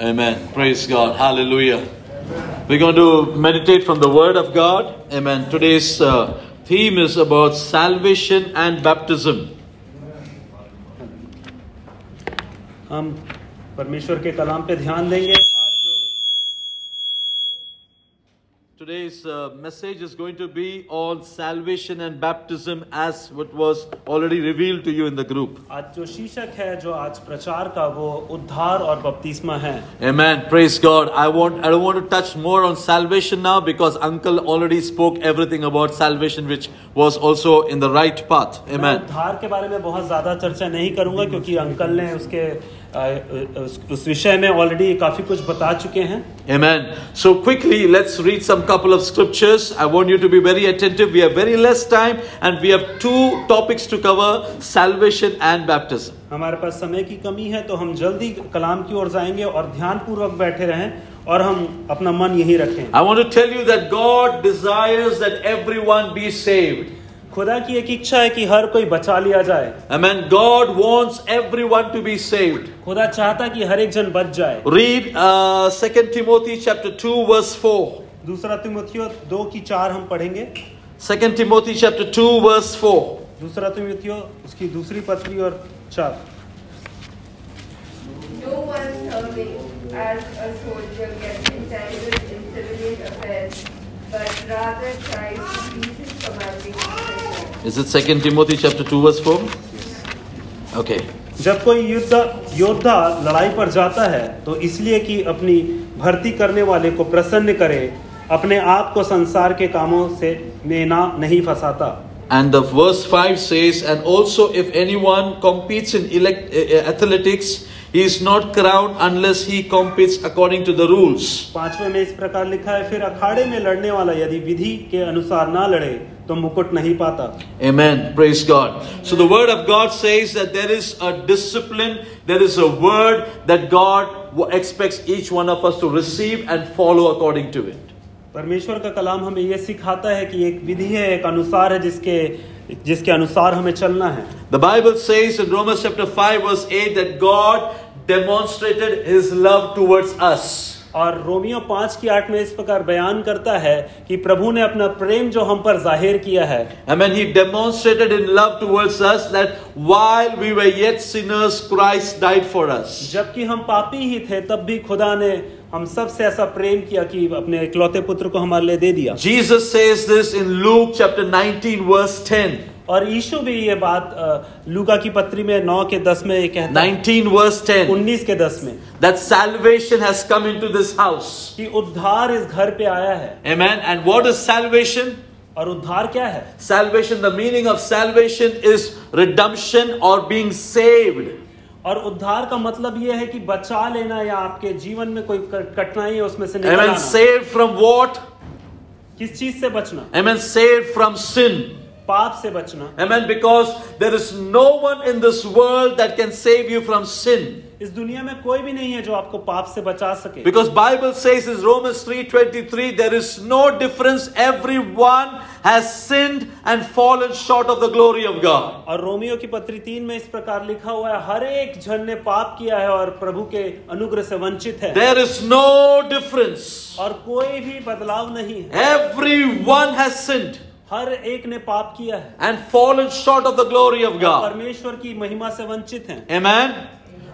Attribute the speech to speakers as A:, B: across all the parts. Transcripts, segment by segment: A: Amen. Praise God. Hallelujah. We're going to meditate from the Word of God. Amen. Today's uh, theme is about salvation and baptism.
B: हम परमेश्वर के कलाम पे ध्यान देंगे आज जो
A: Today's uh, message is going to be on salvation and baptism as what was already revealed to you in the group.
B: आज जो शीर्षक है जो आज प्रचार का वो उद्धार और बपतिस्मा है
A: Amen. Praise God. I want I don't want to touch more on salvation now because uncle already spoke everything about salvation which was also in the right path.
B: मैं
A: Amen.
B: उद्धार के बारे में बहुत ज्यादा चर्चा नहीं करूंगा क्योंकि अंकल ने उसके अ, अ, उस- उस विषय में ऑलरेडी काफी कुछ बता चुके हैं
A: Amen. So quickly, let's read some couple of scriptures. I want you to be very attentive. We have very less time, and we have two topics to cover: salvation and baptism.
B: हमारे पास समय की कमी है तो हम जल्दी कलाम की ओर जाएंगे और ध्यान पूर्वक बैठे रहें और हम अपना मन यही रखें
A: I want to tell you that God desires that everyone be saved.
B: खुदा की एक इच्छा है कि हर कोई बचा लिया जाए
A: Amen. God wants everyone to be saved.
B: खुदा चाहता कि हर एक जन बच जाए
A: Read uh, 2 Timothy chapter 2, verse 4.
B: दूसरा तिमोथियो दो की चार हम पढ़ेंगे
A: 2 Timothy chapter 2, verse 4.
B: दूसरा तिमोथियो उसकी दूसरी पत्री और चार
C: No one serving as a soldier gets entangled in civilian affairs, but rather tries to please his commanding officer.
A: Is it 2 Timothy chapter 2, verse 4? Okay.
B: जब कोई युद्ध योद्धा लड़ाई पर जाता है तो इसलिए कि अपनी भर्ती करने वाले को प्रसन्न करे अपने आप को संसार के कामों से में ना नहीं फंसाता
A: And the verse 5 says, And also if anyone competes in elect- uh, athletics, he is not crowned unless he competes according to the rules.
B: पांचवे में इस प्रकार लिखा है फिर अखाड़े में लड़ने वाला यदि विधि के अनुसार ना लड़े तो मुकुट नहीं पाता
A: Amen. Praise God. So the word of God says that there is a discipline, there is a word that God wa- expects each one of us to receive and follow according to it.
B: परमेश्वर का कलाम हमें यह सिखाता है कि एक विधि है एक अनुसार है जिसके जिसके अनुसार हमें चलना है
A: The Bible says in Romans chapter 5, verse 8, that God demonstrated his love towards us.
B: और रोमियो पांच की आठ में इस प्रकार बयान करता है कि प्रभु ने अपना प्रेम जो हम पर जाहिर किया है
A: Amen. He demonstrated in love towards us that while we were yet sinners, Christ died for us.
B: जबकि हम पापी ही थे तब भी खुदा ने हम सबसे ऐसा प्रेम किया कि अपने इकलौते पुत्र को हमारे लिए दे दिया
A: Jesus says this in Luke chapter 19, verse 10.
B: और यीशु भी ये बात अ, लूका की पत्री में नौ के दस में ये कहता है
A: 19, verse 10.
B: उन्नीस के दस में
A: That salvation has come into this house.
B: कि उद्धार इस घर पे आया है
A: Amen. And what is salvation?
B: और उद्धार क्या है
A: Salvation, the meaning of salvation is redemption or being saved.
B: और उद्धार का मतलब यह है कि बचा लेना या आपके जीवन में कोई कट- कठिनाई है उसमें से निकल
A: Amen.
B: आना
A: Saved from what?
B: किस चीज से बचना
A: Amen. Saved from sin.
B: पाप से बचना
A: Amen. Because there is no one in this world that can save you from sin.
B: इस दुनिया में कोई भी नहीं है जो आपको पाप से बचा सके
A: Because Bible says in Romans 3:23, there is no difference. Everyone has sinned and fallen short of the glory of God.
B: और रोमियो की पत्री तीन में इस प्रकार लिखा हुआ है हर एक जन ने पाप किया है और प्रभु के अनुग्रह से वंचित है
A: There is no difference.
B: और कोई भी बदलाव नहीं है
A: Everyone has sinned
B: हर एक ने पाप किया है
A: and fallen short of the glory of God.
B: परमेश्वर की महिमा से वंचित हैं
A: Amen.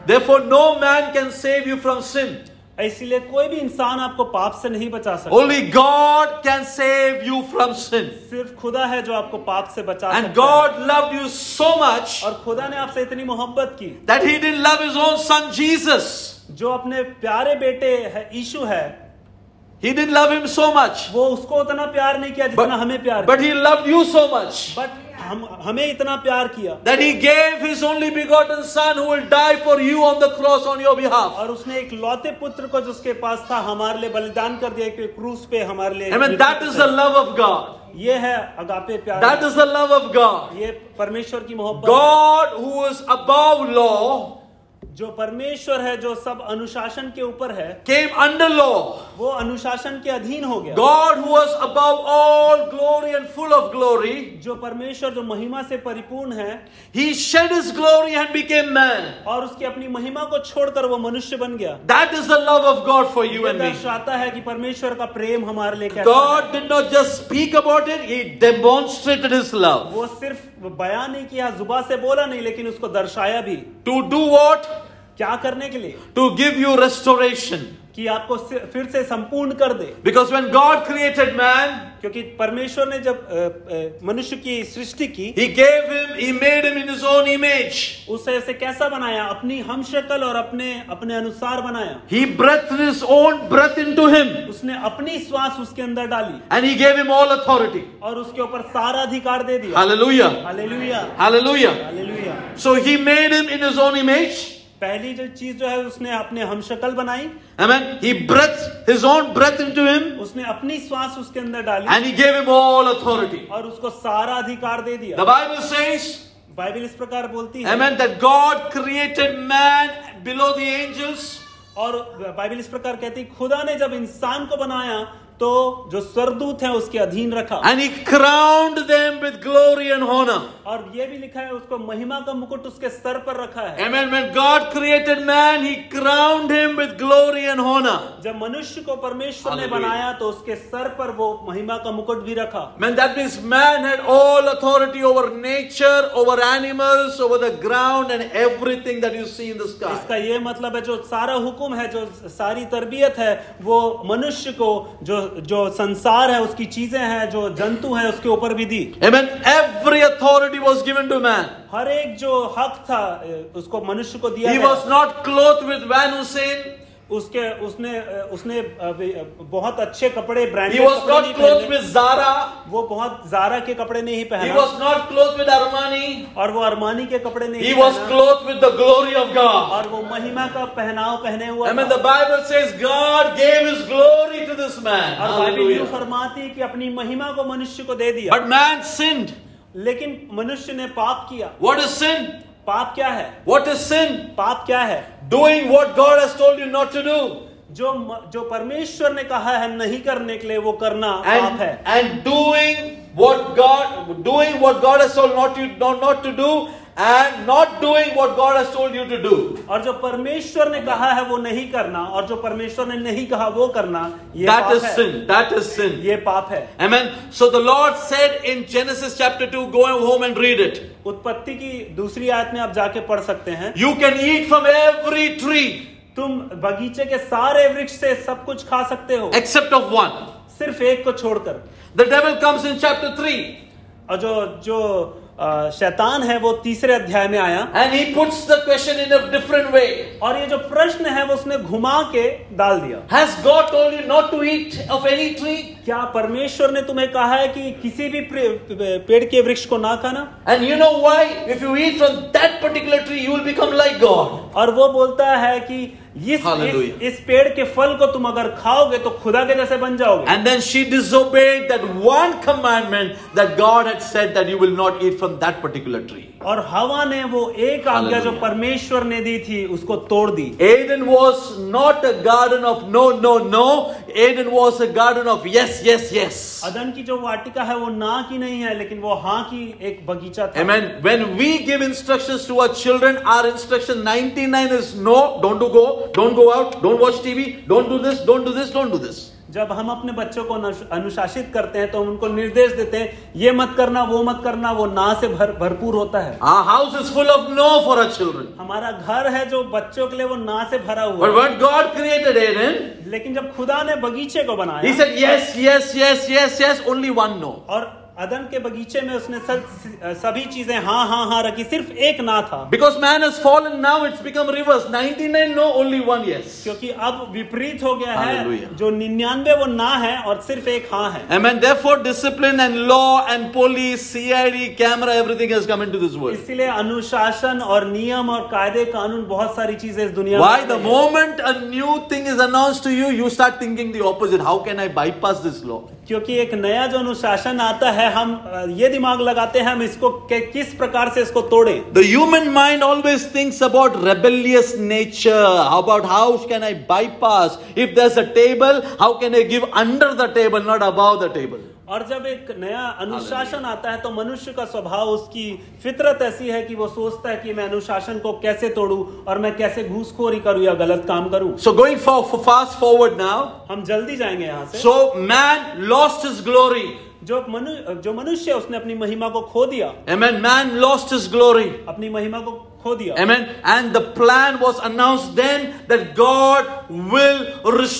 A: Therefore, no man can save you from sin.
B: इसलिए कोई भी इंसान आपको पाप से नहीं बचा सकता
A: Only God can save you from sin.
B: सिर्फ खुदा है जो आपको पाप से बचा
A: And
B: सकता है।
A: God loved you so much
B: और खुदा ने आपसे इतनी मोहब्बत की
A: that he didn't love his own son Jesus.
B: जो अपने प्यारे बेटे है यीशु है
A: He didn't love him so much.
B: वो उसको उतना प्यार नहीं किया जितना हमें प्यार
A: but he loved you so much
B: but हम हमें इतना प्यार किया
A: that he gave his only begotten son who will die for you on the cross on your behalf.
B: और उसने एक लौते पुत्र को जिसके पास था हमारे लिए बलिदान कर दिया कि क्रूस पे हमारे लिए
A: Amen. That is the love of God.
B: ये है अगापे प्यार
A: That is the love of God.
B: ये परमेश्वर की मोहब्बत
A: God who is above law
B: जो परमेश्वर है जो सब अनुशासन के ऊपर है
A: came under law.
B: वो अनुशासन के अधीन हो गया
A: God, who was above all glory and full of glory,
B: जो परमेश्वर जो महिमा से परिपूर्ण है
A: he shed his glory and became man.
B: और उसकी अपनी महिमा को छोड़कर वो मनुष्य बन गया
A: That is the love of God for you
B: ये
A: and me.
B: दर्शाता है कि परमेश्वर का प्रेम हमारे लिए कैसा
A: God did not just speak about it, he demonstrated his
B: है।
A: love.
B: वो सिर्फ बयान नहीं किया जुबा से बोला नहीं लेकिन उसको दर्शाया भी
A: To do what?
B: क्या करने के लिए
A: To give you restoration.
B: कि आपको सि- फिर से संपूर्ण कर दे
A: Because when God created man,
B: क्योंकि परमेश्वर ने जब अ, अ, मनुष्य की सृष्टि की
A: He gave him, he made him in his own image.
B: उसे उसे कैसा बनाया अपनी हम शक्ल और अपने अपने अनुसार बनाया
A: He breathed his own breath into him
B: उसने अपनी श्वास उसके अंदर डाली
A: and he gave him all authority.
B: और उसके ऊपर सारा अधिकार दे दिया
A: Hallelujah.
B: Hallelujah
A: Hallelujah.
B: Hallelujah
A: So he made him in his own image.
B: पहली जो चीज जो है उसने अपने हम शक्ल बनाई
A: Amen. He breathed his own breath into him
B: उसने अपनी श्वास उसके अंदर डाली
A: and he gave him all authority.
B: और उसको सारा अधिकार दे
A: The
B: दिया
A: Bible says,
B: बाइबल इस प्रकार बोलती है
A: Amen, that God created man below the angels
B: और बाइबल इस प्रकार कहती है खुदा ने जब इंसान को बनाया तो जो स्वर्गदूत है उसके अधीन रखा
A: and he crowned them with glory and honor.
B: और ये भी लिखा है उसको महिमा का मुकुट उसके सर पर रखा है
A: Amen. When God created man, he crowned him with glory and honor.
B: जब मनुष्य को परमेश्वर ने
A: Hallelujah.
B: बनाया तो उसके सर पर वो महिमा का मुकुट भी रखा
A: Man, that means man had all authority over nature, over animals, over the ground, and everything that you see in the sky.
B: इसका ये मतलब है जो सारा हुक्म है जो सारी तरबियत है वो मनुष्य को जो जो संसार है उसकी चीजें हैं जो जंतु हैं उसके ऊपर भी दी
A: Amen. Every authority was given to man.
B: हर एक जो हक था ए, उसको मनुष्य को दिया
A: He
B: गया।
A: was not clothed with Van Hussein.
B: उसके उसने अ, उसने अ, वे, अ, बहुत अच्छे कपड़े
A: He
B: ब्रांडेड
A: was
B: कपड़े
A: not
B: नहीं
A: clothed
B: पहने
A: with Zara.
B: वो बहुत जारा के कपड़े नहीं
A: He
B: पहना
A: was not clothed with Armani.
B: और वो अरमानी के कपड़े नहीं
A: He was
B: पहना
A: clothed with the glory of God.
B: और वो महिमा का पहनाव पहने हुआ
A: Amen.
B: था।
A: The Bible says God gave his glory to this man.
B: और बाइबल यूं
A: Hallelujah.
B: फरमाती है कि अपनी महिमा को मनुष्य को दे दिया
A: But man sinned.
B: लेकिन मनुष्य ने पाप किया
A: What is sin?
B: पाप क्या है
A: What is sin?
B: पाप क्या है
A: doing what God has told you not to do
B: जो म- जो परमेश्वर ने कहा है नहीं करने के लिए वो करना
A: and
B: पाप है
A: and doing what God doing what God has told not you not, not to do and not doing what God has told you to do
B: और जो परमेश्वर ने कहा है वो नहीं करना और जो परमेश्वर ने नहीं कहा वो करना ये
A: that
B: पाप
A: is
B: है
A: sin that is sin
B: ये पाप है
A: amen so the Lord said in Genesis chapter 2 go home and read it
B: उत्पत्ति की दूसरी आयत में आप जाके पढ़ सकते हैं
A: you can eat from every tree
B: तुम बगीचे के सारे वृक्ष से सब कुछ खा सकते हो
A: except of one
B: सिर्फ एक को छोड़कर
A: the devil comes in chapter 3
B: और जो जो अ, शैतान है वो तीसरे अध्याय में आया
A: and he puts the question in a different way
B: और ये जो प्रश्न है वो उसने घुमा के डाल दिया
A: has God told you not to eat of any tree
B: क्या परमेश्वर ने तुम्हें कहा है कि किसी भी प्रे- पेड़ के वृक्ष को ना खाना
A: And you know why? If you eat from that particular tree, you will become like God.
B: और वो बोलता है कि इस इस,
A: Hallelujah.
B: इस पेड़ के फल को तुम अगर खाओगे तो खुदा के जैसे बन जाओगे
A: And then she disobeyed that one commandment that God had said that you will not eat from that particular tree.
B: और हवा ने वो एक आज्ञा जो
A: Hallelujah.
B: परमेश्वर ने दी थी उसको तोड़ दी
A: Eden was not a garden of no, no, no. Eden was a garden of yes, yes, yes.
B: अदन की जो वाटिका है वो ना की नहीं है लेकिन वो हाँ की एक बगीचा था
A: Amen. When we give instructions to our children, our instruction 99 is no, don't do go, don't go out, don't watch TV, don't do this, don't do this, don't do this.
B: जब हम अपने बच्चों को अनुश- अनुशासित करते हैं तो हम उनको निर्देश देते हैं ये मत करना वो मत करना वो ना से भर भरपूर होता है
A: Our house is full of no for our children.
B: हमारा घर है जो बच्चों के लिए वो ना से भरा हुआ
A: But
B: है
A: when God created Eden,
B: लेकिन जब खुदा ने बगीचे को
A: He
B: बनाया
A: said, Yes, yes, yes, yes, yes, only one no.
B: और अदन के बगीचे में उसने सब सभी चीजें हाँ हाँ हाँ रखी सिर्फ एक ना था
A: Because man has fallen now, it's become reverse. 99 no, only one yes.
B: क्योंकि अब विपरीत हो गया है
A: Hallelujah.
B: जो निन्यानवे वो ना है और सिर्फ एक हाँ है
A: Amen. Therefore, discipline and law and police, CID, camera, everything has come into this world.
B: इसीलिए अनुशासन और नियम और कायदे कानून बहुत सारी चीजें इस दुनिया में
A: Why? The
B: आई है।
A: moment a new thing is announced to you, you start thinking the opposite. How can I bypass this law?
B: क्योंकि एक नया जो अनुशासन आता है हम अ, ये दिमाग लगाते हैं हम इसको के किस प्रकार से इसको तोड़ें
A: The human mind always thinks about rebellious nature. How about how can I bypass? If there's a table, how can I give under the table, not above the table?
B: और जब एक नया अनुशासन आता है तो मनुष्य का स्वभाव उसकी फितरत ऐसी है कि वो सोचता है कि मैं अनुशासन को कैसे तोड़ूं और मैं कैसे घूसखोरी करूं या गलत काम करूं
A: So going for, for fast forward now.
B: हम जल्दी जाएंगे यहाँ से
A: So man lost his glory.
B: जो मनु जो मनुष्य है, उसने अपनी महिमा को खो दिया
A: Amen. Man lost his glory.
B: अपनी महिमा को खो दिया
A: Amen. And the plan was announced then that God will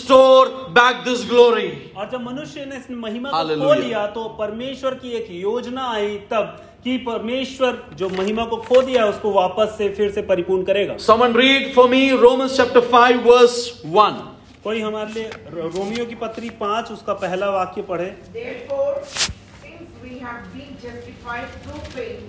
A: restore back this glory.
B: और जब मनुष्य ने इस महिमा को खो
A: Hallelujah.
B: लिया तो परमेश्वर की एक योजना आई तब कि परमेश्वर जो महिमा को खो दिया है, उसको वापस से फिर से परिपूर्ण करेगा
A: Someone read for me Romans chapter 5, verse 1.
B: कोई हमारे लिए रो- रोमियो की पत्री पांच उसका पहला वाक्य पढ़े
D: Therefore, since we have been justified through faith,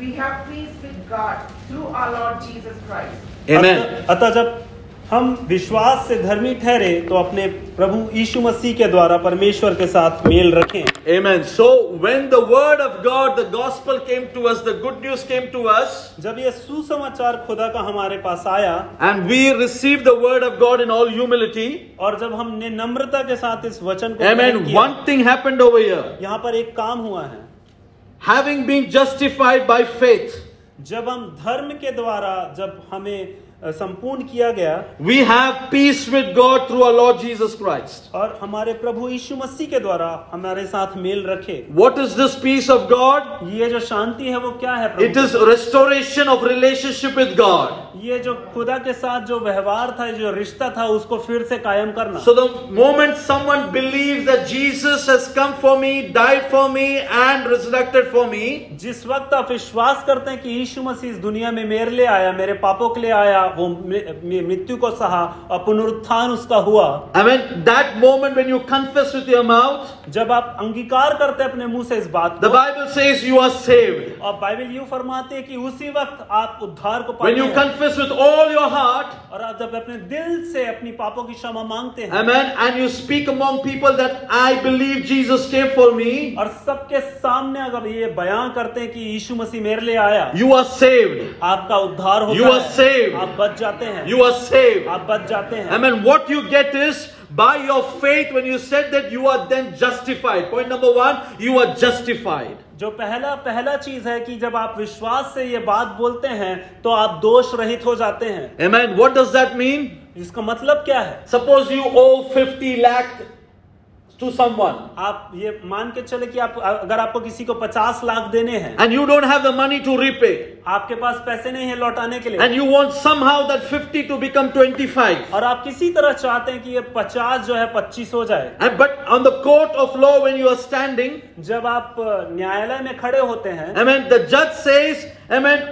D: we have peace with God through our Lord Jesus Christ.
A: Amen.
B: अतः अतः जब हम विश्वास से धर्मी ठहरे तो अपने प्रभु यीशु मसीह के द्वारा परमेश्वर के साथ मेल रखें
A: Amen. So when the word of God, the gospel came to us, the good news came to us,
B: जब यह सुसमाचार खुदा का हमारे पास आया
A: and we received the word of God in all humility.
B: और जब हमने नम्रता के साथ इस वचन को ग्रहण
A: Amen.
B: किया,
A: One thing happened over here.
B: यहाँ पर एक काम हुआ है
A: Having been justified by faith,
B: जब हम धर्म के द्वारा जब हमें अ, संपूर्ण किया गया
A: we have peace with God through our Lord Jesus Christ.
B: और हमारे प्रभु यीशु मसीह के द्वारा हमारे साथ मेल रखे
A: What is this peace of God?
B: ये जो शांति है वो क्या है
A: It
B: प्रभु
A: is restoration of relationship with God.
B: ये जो खुदा के साथ जो व्यवहार था जो रिश्ता था उसको फिर से कायम करना
A: So the moment someone believes that Jesus has come for me, died for me, and resurrected for me,
B: जिस वक्त आप विश्वास करते हैं कि यीशु मसीह इस दुनिया में मेरे लिए आया मेरे पापों के लिए आया वो मे- मे- मृत्यु को सहा और पुनरुत्थान उसका हुआ
A: I mean that moment when you confess with your mouth,
B: जब आप अंगीकार करते हैं अपने मुंह से इस बात
A: the
B: को
A: Bible says you are saved.
B: और बाइबल यूं फरमाती है कि उसी वक्त आप उद्धार को
A: When
B: पाते
A: you
B: हैं
A: confess with all your heart,
B: और आप जब अपने दिल से अपनी पापों की क्षमा मांगते हैं
A: amen, and you speak among people that I believe Jesus came for me,
B: और सबके सामने अगर ये बयान करते हैं कि यीशु मसीह मेरे लिए आया
A: you are saved.
B: आपका उद्धार होता
A: You are
B: है
A: saved.
B: आप बच जाते हैं
A: You are saved.
B: आप बच जाते हैं
A: Amen. What you get is by your faith when you said that you are then justified. Point number one, you are justified.
B: जो पहला पहला चीज है कि जब आप विश्वास से ये बात बोलते हैं तो आप दोष रहित हो जाते हैं
A: Amen. What does that mean?
B: इसका मतलब क्या है
A: Suppose you owe 50 lakh to someone
B: आप ये मान के चले कि आप अगर आपको किसी को पचास लाख देने हैं
A: and you don't have the money to repay
B: आपके पास पैसे नहीं है लौटाने के लिए
A: and you want somehow that 50 to become 25.
B: और आप किसी तरह चाहते हैं कि ये पचास जो है पच्चीस हो जाए
A: And, but on the court of law when you are standing,
B: जब आप न्यायालय में खड़े होते हैं
A: amen, the judge says, amen,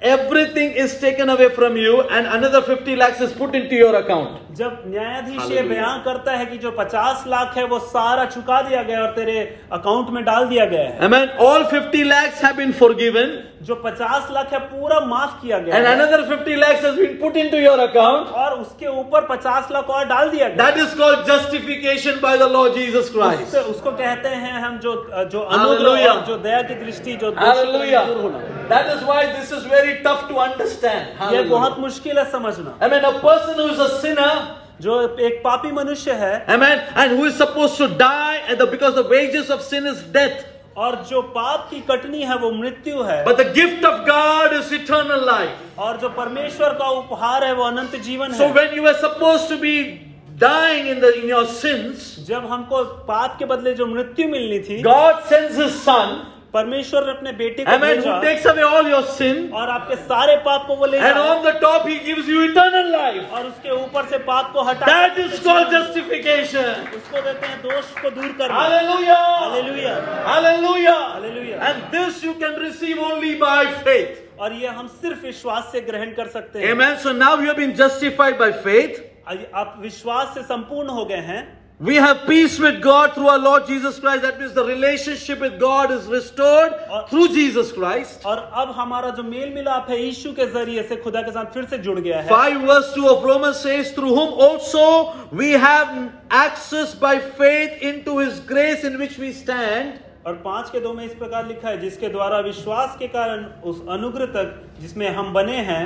A: everything is taken away from you and another 50 lakhs is put into your account.
B: जब न्यायाधीश ये
A: Hallelujah.
B: बयान करता है कि जो पचास लाख है वो सारा चुका दिया गया और तेरे अकाउंट में डाल दिया गया है
A: Amen. All 50 lakhs have been forgiven,
B: जो पचास लाख है पूरा माफ किया गया
A: and
B: है।
A: another 50 lakhs has been put into your account.
B: और उसके ऊपर पचास लाख और डाल दिया गया
A: That is called justification by the Lord Jesus Christ.
B: उससे उसको कहते हैं हम जो जो अनुग्रह
A: Hallelujah.
B: और जो दया की दृष्टि जो दोषी
A: Hallelujah.
B: कर्म दूर होना
A: That is why this is very tough to understand.
B: ये बहुत
A: Hallelujah.
B: मुश्किल है समझना
A: Amen. A person who is a sinner,
B: जो एक पापी मनुष्य है
A: amen, and who is supposed to die and the, because the wages of sin is death.
B: और जो पाप की कटनी है वो मृत्यु है
A: But the gift of God is eternal life.
B: और जो परमेश्वर का उपहार है वो अनंत जीवन
A: So
B: है
A: when you were supposed to be dying in, the, in your sins,
B: जब हमको पाप के बदले जो मृत्यु मिलनी थी
A: God sends His Son.
B: परमेश्वर ने अपने बेटे को
A: Amen. Who
B: भेजा
A: takes away all your sin.
B: और आपके सारे पाप को वो ले
A: And
B: जाए
A: on the top, He gives you eternal life.
B: और उसके ऊपर से पाप को हटा
A: That is called justification.
B: उसको देते हैं दोष को दूर करना
A: Hallelujah.
B: Hallelujah
A: Hallelujah.
B: Hallelujah
A: And this you can receive only by faith.
B: और ये हम सिर्फ विश्वास से ग्रहण कर सकते हैं
A: Amen. So now you have been justified by faith.
B: आप विश्वास से संपूर्ण हो गए हैं
A: We have peace with God through our Lord Jesus Christ. That means the relationship with God is restored through Jesus Christ.
B: और अब हमारा जो मेल मिलाप है यीशु के जरिए से खुदा के साथ फिर से जुड़ गया है
A: 5 verse 2 of Romans says, Through whom also we have access by faith into his grace in which we stand.
B: और पांच के दो में इस प्रकार लिखा है जिसके द्वारा विश्वास के कारण उस अनुग्रह तक जिसमें हम बने हैं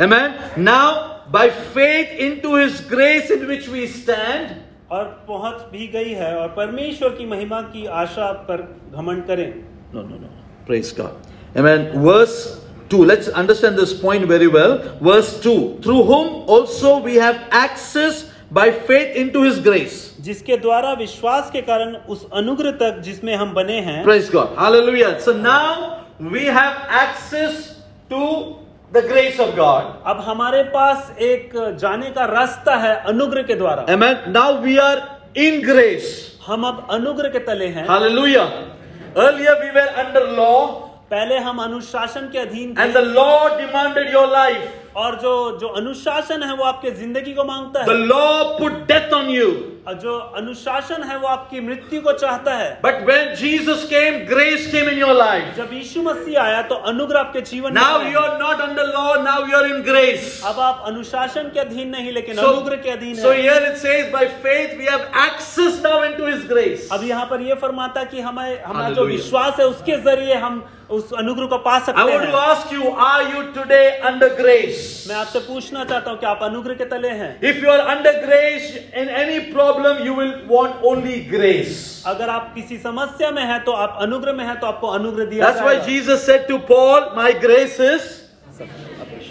A: Amen. Now, by faith into his grace in which we stand.
B: और पहुंच भी गई है और परमेश्वर की महिमा की आशा पर घमंड करें
A: No, no, no. Praise God. Amen. Verse 2. Let's understand this point very well. Verse 2. Through whom also we have access by faith into his grace.
B: जिसके द्वारा विश्वास के कारण उस अनुग्रह तक जिसमें हम बने हैं
A: Praise God. Hallelujah. So now we have access to the grace of God.
B: अब हमारे पास एक जाने का रास्ता है अनुग्रह के द्वारा
A: Amen. Now we are in grace.
B: हम अब अनुग्रह के तले हैं
A: हाँ। Hallelujah. Earlier we were under law
B: पहले हम अनुशासन के अधीन
A: and
B: थे
A: the law demanded your life.
B: और जो जो अनुशासन है वो आपके जिंदगी को मांगता
A: The
B: है
A: law put death on you.
B: और जो अनुशासन है वो आपकी मृत्यु को चाहता है
A: But when Jesus came, grace came in your life.
B: जब यीशु मसीह आया तो अनुग्रह आपके जीवन में
A: Now
B: आया।
A: you are not under law, now you are in grace.
B: अब आप अनुशासन के अधीन नहीं लेकिन अनुग्रह के अधीन
A: so
B: है
A: here it says, by faith we have access now into His grace.
B: अब यहाँ पर ये फरमाता कि हमें हमारा जो
A: Hallelujah.
B: विश्वास है उसके जरिए हम उस अनुग्रह को पा
A: I
B: सकते
A: want to
B: हैं
A: ask you, are you today under grace?
B: मैं आपसे पूछना चाहता हूँ कि आप अनुग्रह के तले हैं
A: If you are under grace in any problem, you will want only grace.
B: अगर आप किसी समस्या में हैं तो आप अनुग्रह में हैं तो आपको अनुग्रह दिया
A: That's why
B: जाएगा।
A: Jesus said to Paul, My grace is.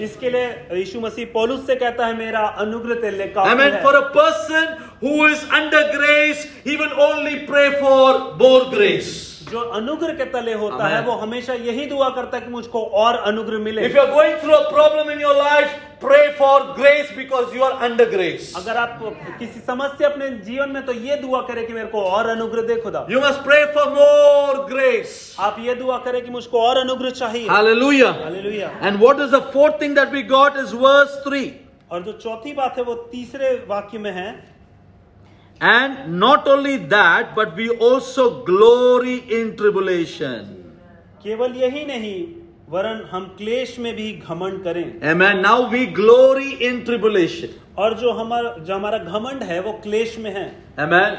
B: इसके लिए यीशु मसीह पौलुस से कहता है मेरा अनुग्रह तेरे का
A: Amen. For a person who is under grace, he will only pray for more grace.
B: जो अनुग्रह के तले होता
A: Amen.
B: है वो हमेशा यही दुआ करता है कि मुझको और अनुग्रह मिले
A: If you are going through a problem in your life, pray for grace because you are under grace.
B: अगर आप किसी समस्या अपने जीवन में तो ये दुआ करें कि मेरे को और अनुग्रह दे खुदा
A: You must pray for more grace.
B: आप ये दुआ करें कि मुझको और अनुग्रह चाहिए
A: Hallelujah.
B: Hallelujah
A: And what is the fourth thing that we got is verse 3.
B: और जो चौथी बात है वो तीसरे वाक्य में है
A: And not only that, but we also glory in tribulation.
B: केवल यही नहीं वरन हम क्लेश में भी घमंड करें
A: Amen. Now we glory in tribulation.
B: और जो हमारा जो हमारा घमंड है वो क्लेश में है
A: Amen.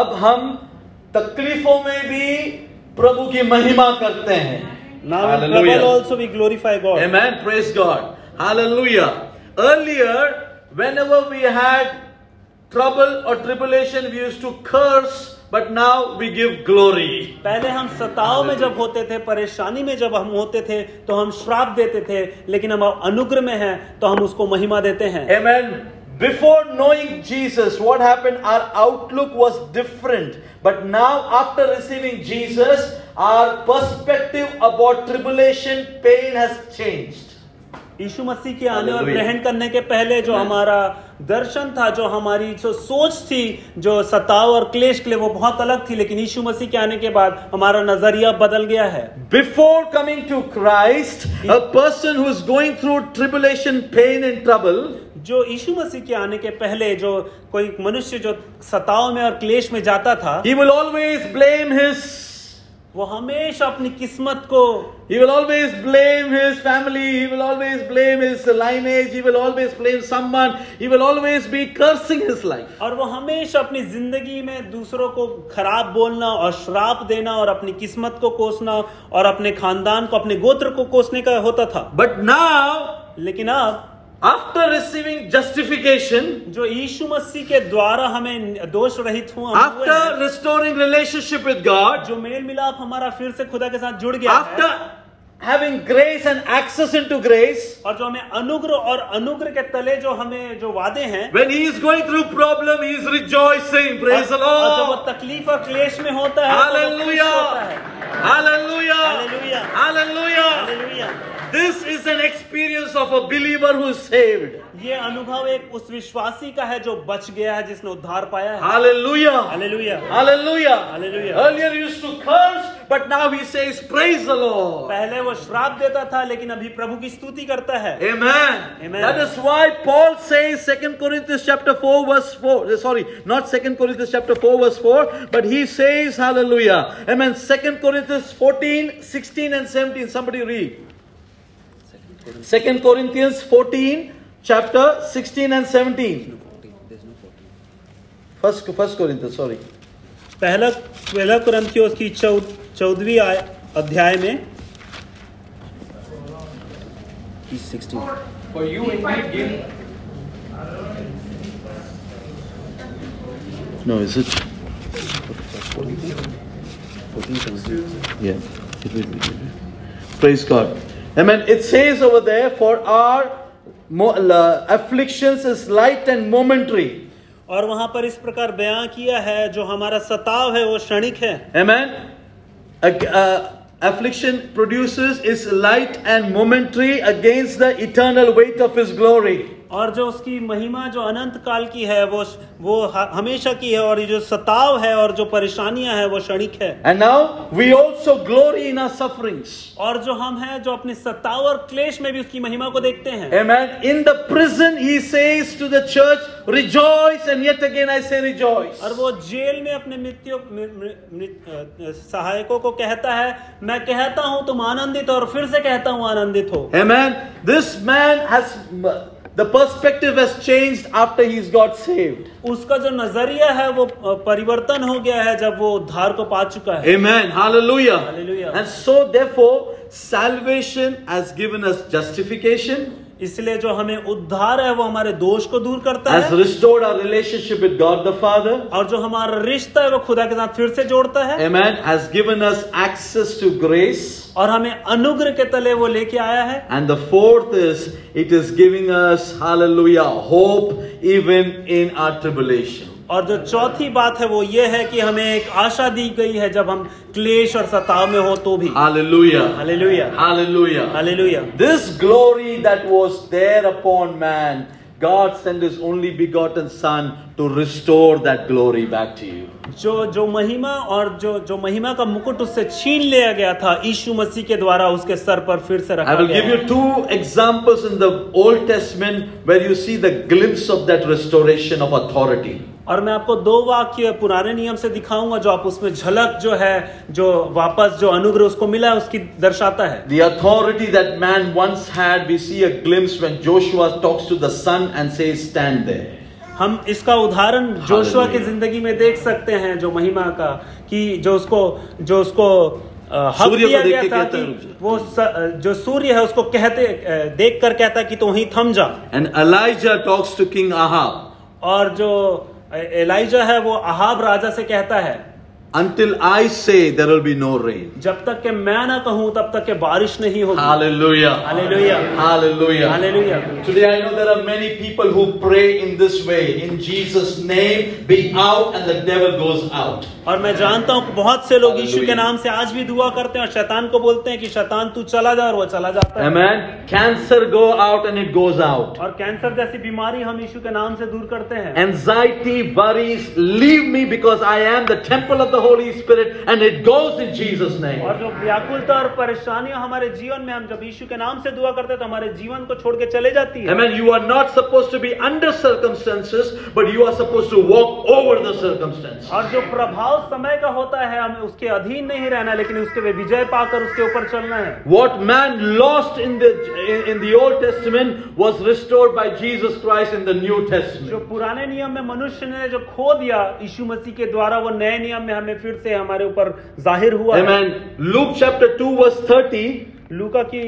A: अब हम तकलीफों में भी प्रभु की महिमा करते हैं
B: now also we glorify God
A: Amen. Praise God. Hallelujah. Earlier, whenever we had trouble or tribulation, we used to curse, but now we give glory.
B: पहले हम सताव में जब होते थे परेशानी में जब हम होते थे तो हम श्राप देते थे लेकिन हम अब अनुग्रह में हैं तो हम उसको महिमा देते हैं
A: Amen. Before knowing Jesus, what happened? Our outlook was different. But now, after receiving Jesus, our perspective about tribulation, pain has changed.
B: यीशु मसीह के आने और
A: Hallelujah.
B: ग्रहण करने के पहले जो हमारा दर्शन था जो हमारी जो सोच थी जो सताव और क्लेश के लिए वो बहुत अलग थी लेकिन यीशु मसीह के आने के बाद हमारा नजरिया बदल गया है
A: Before coming to Christ, a person who is going through tribulation, pain, and trouble,
B: जो यीशु मसीह के आने के पहले जो कोई मनुष्य जो सताव में और क्लेश में जाता था
A: He will always blame his
B: वो हमेशा अपनी किस्मत को
A: he will always blame his family, he will always blame his lineage, he will always blame someone, he will always be cursing his life.
B: और वो हमेशा अपनी जिंदगी में दूसरों को खराब बोलना और श्राप देना और अपनी किस्मत को कोसना और अपने खानदान को अपने गोत्र को कोसने का होता था
A: But now,
B: लेकिन अब
A: after receiving justification,
B: जो यीशु मसीह के द्वारा हमें दोष रहित हुआ हम हुए
A: after
B: हैं,
A: restoring relationship with God,
B: जो मेल मिलाप हमारा फिर से खुदा के साथ जुड़ गया है
A: after having grace and access into grace,
B: और जो हमें अनुग्रह और अनुग्रह के तले जो हमें जो वादे हैं
A: when he is going through problem, he is rejoicing. Praise the
B: और- और जब वो
A: Lord.
B: तकलीफ और क्लेश में होता है तो वो खुश
A: Hallelujah.
B: होता है।
A: Hallelujah.
B: Hallelujah.
A: Hallelujah.
B: Hallelujah.
A: This is an experience of a believer who is saved.
B: ये अनुभव एक उस विश्वासी का है जो बच गया है
A: हाँ।
B: जिसने उद्धार पाया है
A: Hallelujah.
B: Hallelujah
A: Hallelujah.
B: Hallelujah.
A: Earlier you used to curse, but now he says, Praise the Lord.
B: पहले वो श्राप देता था लेकिन अभी प्रभु की स्तुति करता है
A: Amen.
B: Amen.
A: That is why Paul says 2 Corinthians chapter 4 verse 4. Sorry, not 2 Corinthians chapter 4 verse 4, but he says hallelujah. Amen. 2 Corinthians 14, 16 and 17. Somebody read. 2 Corinthians 14 chapter 16 and 17. First, first Corinthians, sorry.
B: पहला पहला क्रंथियों की चौदहवीं अध्याय में
E: For you indeed give
A: No, is it? Yeah. It will be. Praise God. Amen. It says over there, for our mo- la- afflictions is light and momentary.
B: और वहां पर इस प्रकार बयां किया है जो हमारा सताव है वो क्षणिक है
A: Amen. Ag- uh, affliction produces is light and momentary against the eternal weight of His glory.
B: और जो उसकी महिमा जो अनंत काल की है वो वो ह- हमेशा की है और ये जो सताव है और जो परेशानियां है वो क्षणिक है
A: And now we also glory in our sufferings.
B: और जो हम हैं जो अपने सताव और क्लेश में भी उसकी महिमा को देखते हैं
A: Amen. In the prison, he says to the church, Rejoice, and yet again I say rejoice.
B: और वो जेल में अपने मृत्यु मृ- मृ- मृ- अ, सहायकों को कहता है मैं कहता हूँ तुम आनंदित हो और फिर से कहता हूँ आनंदित हो
A: Amen. This man has the perspective has changed after he's got saved.
B: उसका जो नजरिया है वो अ, परिवर्तन हो गया है जब वो उद्धार को पा चुका है
A: Amen. Hallelujah.
B: Hallelujah.
A: And so therefore salvation has given us justification,
B: इसलिए जो हमें उद्धार है वो हमारे दोष को दूर करता
A: has
B: है
A: restored our relationship with God the Father.
B: और जो हमारा रिश्ता है वो खुदा के साथ फिर से जोड़ता है
A: Amen. Has given us access to grace.
B: और हमें अनुग्रह के तले वो लेके आया है
A: And the fourth is it is giving us hallelujah hope even in our tribulation.
B: और जो चौथी बात है वो ये है कि हमें एक आशा दी गई है जब हम क्लेश और सताव में हो तो भी
A: Hallelujah.
B: Hallelujah
A: Hallelujah.
B: Hallelujah
A: This glory that was there upon man, God sent His only begotten Son to restore that glory back to you.
B: जो जो महिमा और जो जो महिमा का मुकुट उससे छीन लिया गया था यीशु मसीह के द्वारा उसके सर पर फिर से
A: I
B: रखा
A: will
B: गया
A: give you two examples in the Old Testament where you see the glimpse of that restoration of authority.
B: और मैं आपको दो वाक्य पुराने नियम से दिखाऊंगा जो आप उसमें झलक जो है जो वापस जो अनुग्रह उसको मिला है उसकी दर्शाता है
A: The authority that man once had, we see a glimpse when Joshua talks to the sun and says, Stand there.
B: हम इसका उदाहरण जोशुआ की
A: Hallelujah.
B: जिंदगी में देख सकते हैं जो महिमा का कि जो उसको जो उसको अ, हक
A: सूर्य को
B: दिया
A: देख
B: गया
A: के
B: था
A: कहता
B: कि
A: है रुक जा।
B: वो स, अ, जो सूर्य है उसको कहते अ, देख कर कहता है कि तू वहीं थम जा
A: And Elijah talks to King Ahab.
B: और जो एलाइजा है वो अहाब राजा से कहता है
A: Until I say there will be no rain.
B: जब तक के मैं ना कहूं तब तक के बारिश नहीं होगी
A: Hallelujah.
B: Hallelujah
A: Hallelujah.
B: Hallelujah
A: Today I know there are many people who pray in this way. In Jesus' name, be out and the devil goes out.
B: और मैं जानता हूँ कि बहुत से लोग यीशु के
A: Hallelujah.
B: नाम से आज भी दुआ करते हैं और शैतान को बोलते हैं कि शैतान तू चला जा और वो चला जाता है
A: Amen. Cancer go out and it goes out.
B: और कैंसर जैसी बीमारी हम यीशु के नाम से दूर करते हैं
A: Anxiety, worries, leave me because I am the temple of the Holy Spirit and it goes in Jesus'
B: और
A: name.
B: जो व्याकुलता और परेशानियां हमारे जीवन में हम जब यीशु के नाम से दुआ करते हैं तो हमारे जीवन को छोड़ के चले जाती है
A: Amen. You are not supposed to be under circumstances, but you are supposed to walk over the circumstances.
B: और जो प्रभाव समय का होता है हमें उसके अधीन नहीं रहना लेकिन उसके वे विजय पाकर उसके ऊपर चलना है
A: What man lost in the in, in the Old Testament was restored by Jesus Christ in the New
B: जो
A: Testament.
B: पुराने नियम में मनुष्य ने जो खो दिया यीशु मसीह के द्वारा वो नए नियम में हमें फिर से हमारे ऊपर जाहिर हुआ है।
A: Amen. Luke chapter 2 verse 30.
B: लूका की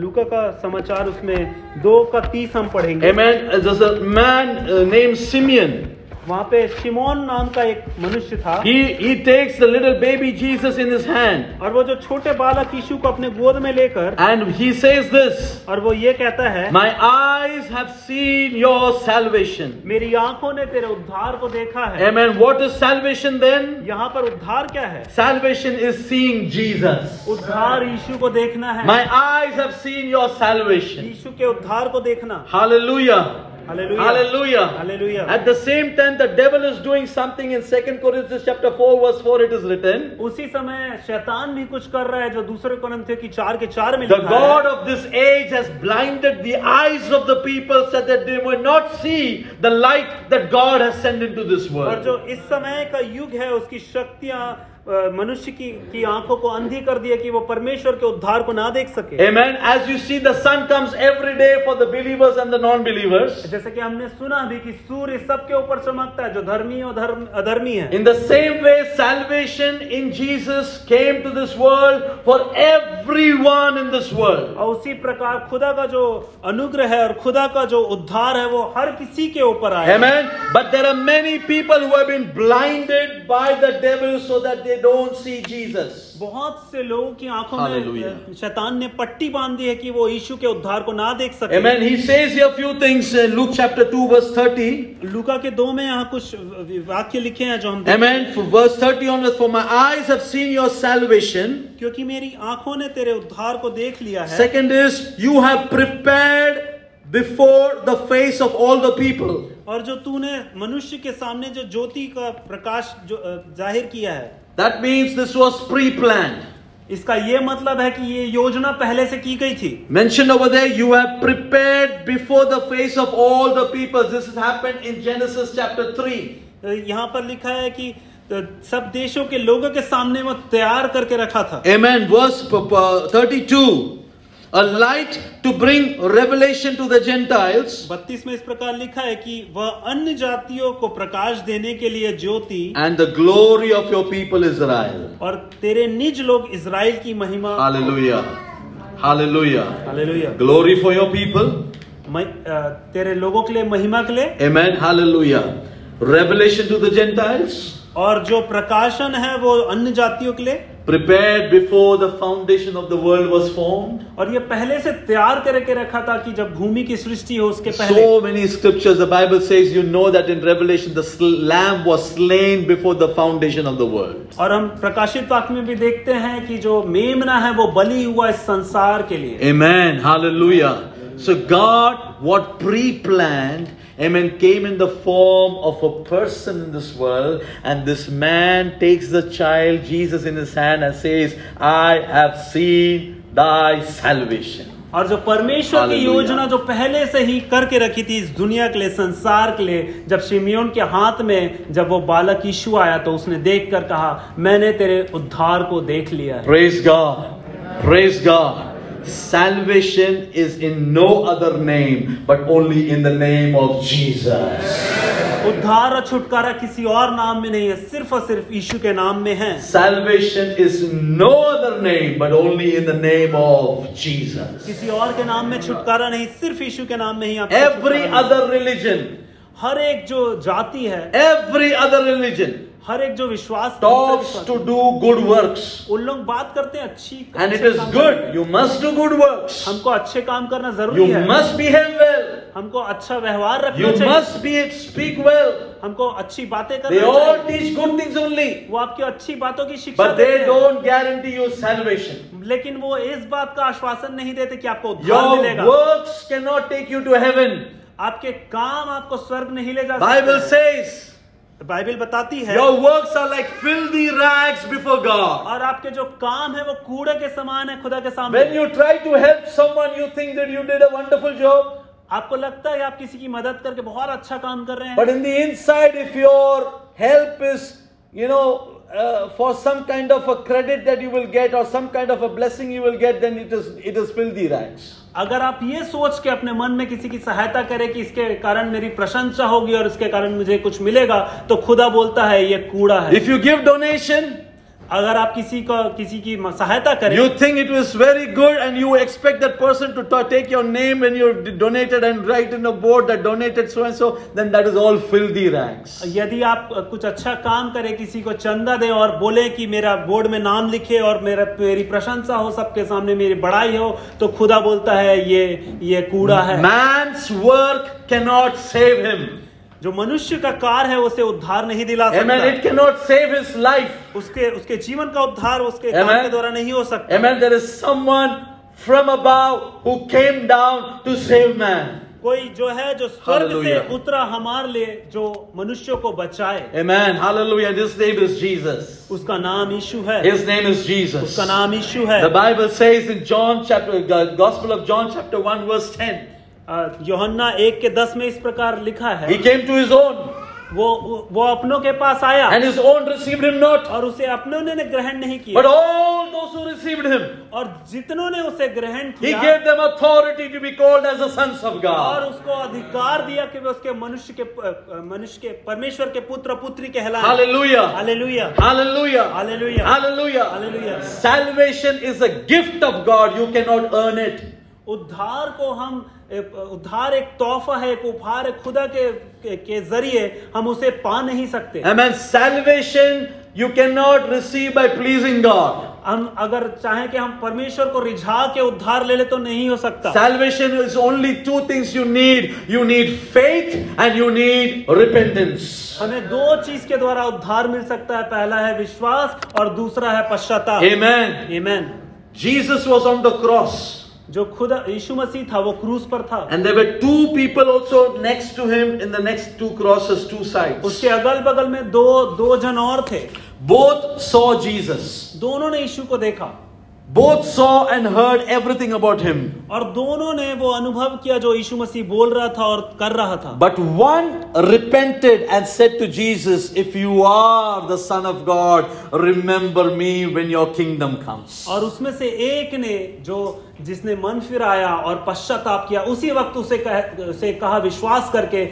B: लूका का समाचार उसमें दो का तीस हम पढ़ेंगे
A: Amen. There's a man uh, named Simeon.
B: वहां पे शिमोन नाम का एक मनुष्य था
A: He he takes the little baby Jesus in his hand
B: और वो जो छोटे बालक यीशु को अपने गोद में लेकर
A: and he says this,
B: और वो ये कहता है
A: "My eyes have seen your salvation."
B: मेरी आंखों ने तेरे उद्धार को देखा है
A: Amen. What is salvation then?
B: यहाँ पर उद्धार क्या है
A: Salvation is seeing Jesus.
B: उद्धार यीशु को देखना है
A: My eyes have seen your salvation.
B: यीशु के उद्धार को देखना
A: Hallelujah.
B: Hallelujah.
A: Hallelujah.
B: Hallelujah.
A: At the same time, the devil is doing something in 2 Corinthians chapter 4, verse 4, it is written.
B: उसी समय शैतान भी कुछ कर रहा है जो दूसरे कोरिन्थियों की चार के चार में
A: The
B: लिखा
A: God
B: है
A: of this age has blinded the eyes of the people so that they will not see the light that God has sent into this
B: और
A: world.
B: जो इस समय का युग है उसकी शक्तियां अ, मनुष्य की की आंखों को अंधी कर दिया कि वो परमेश्वर के उद्धार को ना देख सके
A: Amen. As you see, the sun comes every day for the believers and the non believers.
B: जैसे कि हमने सुना भी कि सूर्य सबके ऊपर चमकता है जो धर्मी और धर्म अधर्मी है
A: In the same way, salvation in Jesus came to this world for everyone in this world.
B: और उसी प्रकार खुदा का जो अनुग्रह है और खुदा का जो उद्धार है वो हर किसी के ऊपर आया है।
A: Amen. But there are many people who have been blinded by the devil so that they don't see Jesus.
B: बहुत से लोगों की आंखों में
A: Hallelujah.
B: शैतान ने पट्टी बांध दी है कि वो यीशु के उद्धार को ना देख सके
A: Amen. He says here a few things in Luke chapter 2, verse 30.
B: लुका के दो में यहाँ कुछ वाक्य लिखे हैं जो हम देखें।
A: Amen. For verse 30 onwards, for my eyes have seen your salvation.
B: क्योंकि मेरी आंखों ने तेरे उद्धार को देख लिया है
A: Second is, you have prepared before the face of all the people.
B: और जो तूने मनुष्य के सामने जो ज्योति का प्रकाश जो अ, जाहिर किया है
A: That means this was pre planned.
B: इसका ये मतलब है कि ये योजना पहले से की गई थी
A: Mentioned over there, you have prepared before the face of all the people. This has happened in Genesis chapter 3.
B: अ, यहाँ पर लिखा है कि अ, सब देशों के लोगों के सामने वो तैयार करके रखा था
A: Amen. Verse p- p- 32. A light to bring revelation to the Gentiles
B: 32 में इस प्रकार लिखा है कि वह अन्य जातियों को प्रकाश देने के लिए ज्योति
A: and the glory of your people Israel.
B: और तेरे निज लोग इज़राइल की महिमा
A: Hallelujah. Hallelujah.
B: Hallelujah
A: Glory for your people.
B: मह- अ, तेरे लोगों के लिए महिमा के लिए
A: Amen. Hallelujah. Revelation to the Gentiles.
B: और जो प्रकाशन है वो अन्य जातियों के लिए
A: Prepared before the foundation of the world was formed.
B: और ये पहले से तैयार करके रखा था कि जब भूमि की सृष्टि हो उसके पहले
A: So many scriptures. The Bible says, you know that in Revelation, the sl- lamb was slain before the foundation of the world.
B: और हम प्रकाशित वाक्य में भी देखते हैं कि जो मेमना है वो बलि हुआ इस संसार के लिए
A: Amen. Hallelujah. So God, what pre-planned, Amen, came in the form of a person in this world, and this man takes the child Jesus in his hand and says, "I have seen thy salvation."
B: और जो परमेश्वर की
A: Hallelujah.
B: योजना जो पहले से ही करके रखी थी इस दुनिया के लिए संसार के लिए जब शिमियोन के हाथ में जब वो बालक यीशु आया तो उसने देख कर कहा मैंने तेरे उद्धार को देख लिया है
A: Praise God. Praise God. Salvation is in no other name but only in the name of Jesus.
B: उद्धार और छुटकारा किसी और नाम में नहीं है सिर्फ और सिर्फ यीशु के नाम में है
A: Salvation is in no other name but only in the name of Jesus.
B: किसी और के नाम में छुटकारा नहीं सिर्फ यीशु के नाम में ही आपको
A: Every
B: छुटकारा मिलता है।
A: other religion,
B: हर एक जो जाति है
A: every other religion
B: हर एक जो विश्वास
A: talks to do good works.
B: उन लोग बात करते हैं अच्छी
A: And it
B: अच्छे
A: is
B: काम करने।
A: good. You must do good works.
B: हमको अच्छे काम करना
A: You
B: जरूरी है
A: must behave well.
B: हमको अच्छा व्यवहार रखना
A: You
B: चाहिए
A: must be speak well.
B: हमको अच्छी बातें करनी
A: They all
B: चाहिए
A: teach good things only.
B: वो आपकी अच्छी बातों की शिक्षा
A: But they
B: देते हैं
A: don't guarantee you salvation.
B: लेकिन वो इस बात का आश्वासन नहीं देते कि आपको उद्धार
A: Your
B: मिलेगा
A: works cannot take you to heaven.
B: आपके काम आपको स्वर्ग नहीं ले जा
A: Bible
B: सकते
A: says
B: बाइबल बताती है
A: your works are like filthy rags before God.
B: और आपके जो काम है वो कूड़े के समान है खुदा के
A: When
B: सामने
A: you try to help someone, you think that you did a wonderful job.
B: आपको लगता है आप किसी की मदद करके बहुत अच्छा काम कर रहे हैं
A: But in the inside, if your help is, you know, uh, for some kind of a credit that you will get or some kind of a blessing you will get, then it is it is filthy rags.
B: अगर आप ये सोच के अपने मन में किसी की सहायता करें कि इसके कारण मेरी प्रशंसा होगी और इसके कारण मुझे कुछ मिलेगा तो खुदा बोलता है ये कूड़ा है
A: If you give donation,
B: अगर आप किसी को किसी की म- सहायता करें
A: you think it was very good, and you expect that person to ta- take your name when you donated and write in a board that donated so and so, then that is all filthy rags.
B: यदि आप अ, कुछ अच्छा काम करें किसी को चंदा दें और बोले कि मेरा बोर्ड में नाम लिखे और मेरा मेरी प्रशंसा हो सबके सामने मेरी बड़ाई हो तो खुदा बोलता है ये ये कूड़ा है
A: Man's work cannot save him.
B: जो मनुष्य का कार है उसे उद्धार नहीं दिला
A: Amen. It
B: सकता
A: cannot save his life.
B: उसके उसके जीवन का उद्धार उसके काम
A: Amen.
B: के द्वारा नहीं हो सकता
A: Amen. There is someone from above who came down to save man.
B: कोई जो है जो स्वर्ग से
A: Hallelujah.
B: उतरा हमार ले जो मनुष्य को बचाए
A: Amen. Hallelujah. His name is Jesus.
B: उसका नाम यीशु है
A: His name is Jesus.
B: उसका नाम यीशु है
A: The Bible says in John chapter, the Gospel of John chapter 1 verse 10,
B: अ, योहन्ना एक के दस में इस प्रकार लिखा
A: he
B: है
A: came to his own
B: वो वो अपनों के पास आया
A: and his own received him not.
B: और उसे अपनों ने ग्रहण नहीं
A: But
B: किया
A: all those who received him,
B: और जितनों ने उसे ग्रहण
A: he
B: किया
A: gave them authority to be called as the sons of
B: और
A: God.
B: उसको अधिकार दिया कि वे उसके मनुष्य के अ, मनुष्य के परमेश्वर के पुत्र पुत्री कहलाए
A: Hallelujah.
B: Hallelujah
A: Hallelujah.
B: Hallelujah
A: Hallelujah.
B: Hallelujah
A: Salvation is a gift of God. You cannot earn it.
B: उद्धार को हम एक- उद्धार एक तोहफा है एक उपहार है खुदा के, के के जरिए हम उसे पा नहीं सकते
A: Amen. Salvation you cannot receive by pleasing God.
B: हम अगर चाहें कि हम परमेश्वर को रिझा के उद्धार ले ले तो नहीं हो सकता
A: Salvation is only two things you need you need faith and you need repentance.
B: हमें दो चीज के द्वारा उद्धार मिल सकता है पहला है विश्वास और दूसरा है पश्चाताप
A: Amen.
B: Amen
A: Jesus was on the cross,
B: जो खुद यीशु मसीह था वो क्रूज पर था
A: and there were two people also next to him in the next two crosses, two sides.
B: उसके अगल बगल में दो दो जन और थे
A: Both saw Jesus,
B: दोनों ने यीशु को देखा
A: both saw and heard everything about him.
B: और दोनों ने वो अनुभव किया जो यीशु मसीह बोल रहा था और कर रहा था
A: But one repented and said to Jesus, If you are the Son of God, remember me when your kingdom comes.
B: और उसमें से एक ने जो जिसने मन फिराया और पश्चाताप किया उसी वक्त उसे कह, उसे कहा विश्वास करके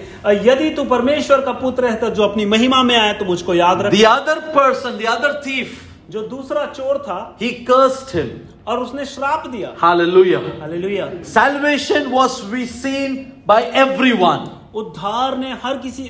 B: यदि तू परमेश्वर का पुत्र है तो जो अपनी महिमा में आया तो मुझको याद रख
A: The other person, the other thief,
B: जो दूसरा चोर था
A: He cursed him.
B: और उसने श्राप दिया
A: Hallelujah.
B: Hallelujah
A: Salvation was received by everyone.
B: उद्धार ने हर किसी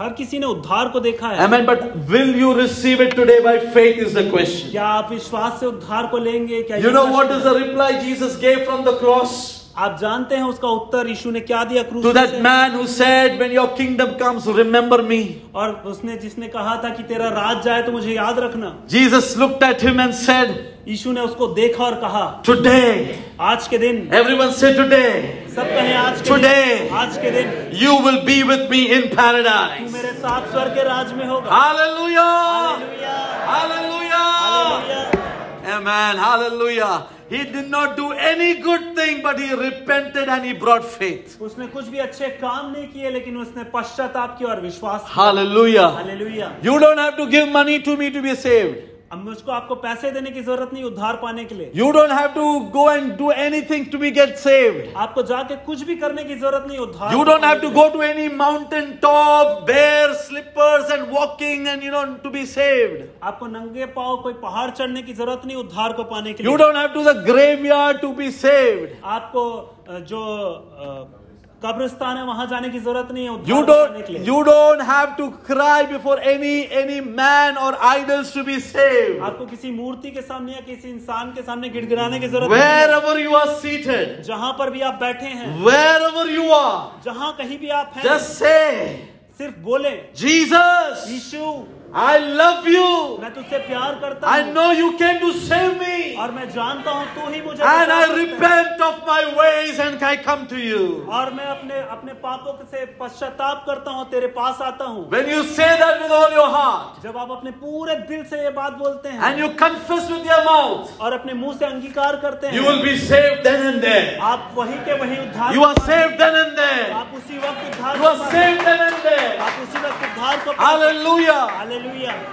B: हर किसी ने उद्धार को देखा है
A: Amen. But will you receive it today by faith is the question.
B: क्या आप विश्वास से उद्धार को लेंगे क्या
A: You
B: ये
A: know
B: प्रश्न
A: what
B: है?
A: is the reply Jesus gave from the cross?
B: आप जानते हैं उसका उत्तर यीशु ने क्या दिया क्रूस
A: To
B: पे
A: that
B: से?
A: man who said, When your kingdom comes, remember me.
B: और उसने जिसने कहा था कि तेरा राज जाए तो मुझे याद रखना
A: Jesus looked at him and said,
B: यीशु ने उसको देखा और कहा
A: Today,
B: आज के दिन
A: everyone say today,
B: सब कहें आज के
A: Today.
B: दिन आज के दिन
A: you will be with me in
B: तू
A: paradise.
B: मेरे साथ स्वर्ग के राज में
A: हाँ।
B: होगा
A: Hallelujah!
B: Hallelujah,
A: Hallelujah!
B: Hallelujah.
A: Amen. Hallelujah. He did not do any good thing, but he repented and he brought faith.
B: उसने कुछ भी अच्छे काम नहीं किए लेकिन उसने पश्चाताप किया और विश्वास किया।
A: Hallelujah.
B: Hallelujah
A: You don't have to give money to me to be saved.
B: अब मुझको आपको पैसे देने की जरूरत नहीं उद्धार पाने के लिए
A: You don't have to go and do anything to be get saved.
B: आपको जाके कुछ भी करने की जरूरत नहीं उद्धार
A: You don't
B: पाने
A: have
B: के
A: to
B: लिए।
A: go to any mountain top, bare slippers and walking and you know to be saved.
B: आपको नंगे पाओ कोई पहाड़ चढ़ने की जरूरत नहीं उद्धार को पाने के
A: You
B: लिए
A: don't have to the graveyard to be saved.
B: आपको अ, जो अ, कब्रिस्तान है वहां जाने की जरूरत नहीं है
A: You
B: उद्धार को पाने
A: don't
B: के लिए
A: you don't have to cry before any any man or idols to be saved.
B: आपको किसी मूर्ति के सामने या किसी इंसान के सामने गिड़गिड़ाने की जरूरत नहीं
A: Wherever you are seated,
B: है। जहां पर भी आप बैठे हैं
A: wherever you are,
B: जहां कहीं भी आप हैं
A: just say,
B: सिर्फ बोले
A: Jesus,
B: Yeshu
A: I love you.
B: मैं तुझसे प्यार करता
A: I
B: हूँ
A: know you came to save me.
B: और मैं जानता हूँ तू ही मुझे
A: And
B: बचा
A: I
B: सकता है।
A: repent of my ways and I come to you.
B: और मैं अपने अपने पापों से पश्चाताप करता हूँ तेरे पास आता हूँ
A: When you say that with all your heart
B: जब आप अपने पूरे दिल से ये बात बोलते हैं
A: and you confess with your mouth,
B: और अपने मुंह से अंगीकार करते
A: you will
B: हैं
A: be saved then and there.
B: आप वही के वही उद्धार
A: You are
B: को पाएंगे।
A: saved then and there.
B: आप उसी वक्त उद्धार
A: You
B: को
A: are
B: पाएंगे।
A: saved then and there.
B: आप उसी वक्त उद्धार को पाएंगे।
A: Hallelujah.
B: Hallelujah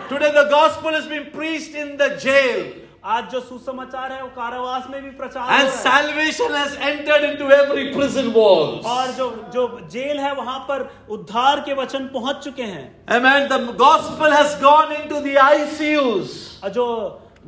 A: Today the gospel has been preached in the jail.
B: आज जो सुसमाचार है वो कारावास में भी प्रचार हो
A: And
B: रहा है
A: salvation has entered into every prison walls.
B: और जो जो जेल है वहां पर उद्धार के वचन पहुंच चुके हैं
A: Amen. The gospel has gone into the ICUs.
B: और जो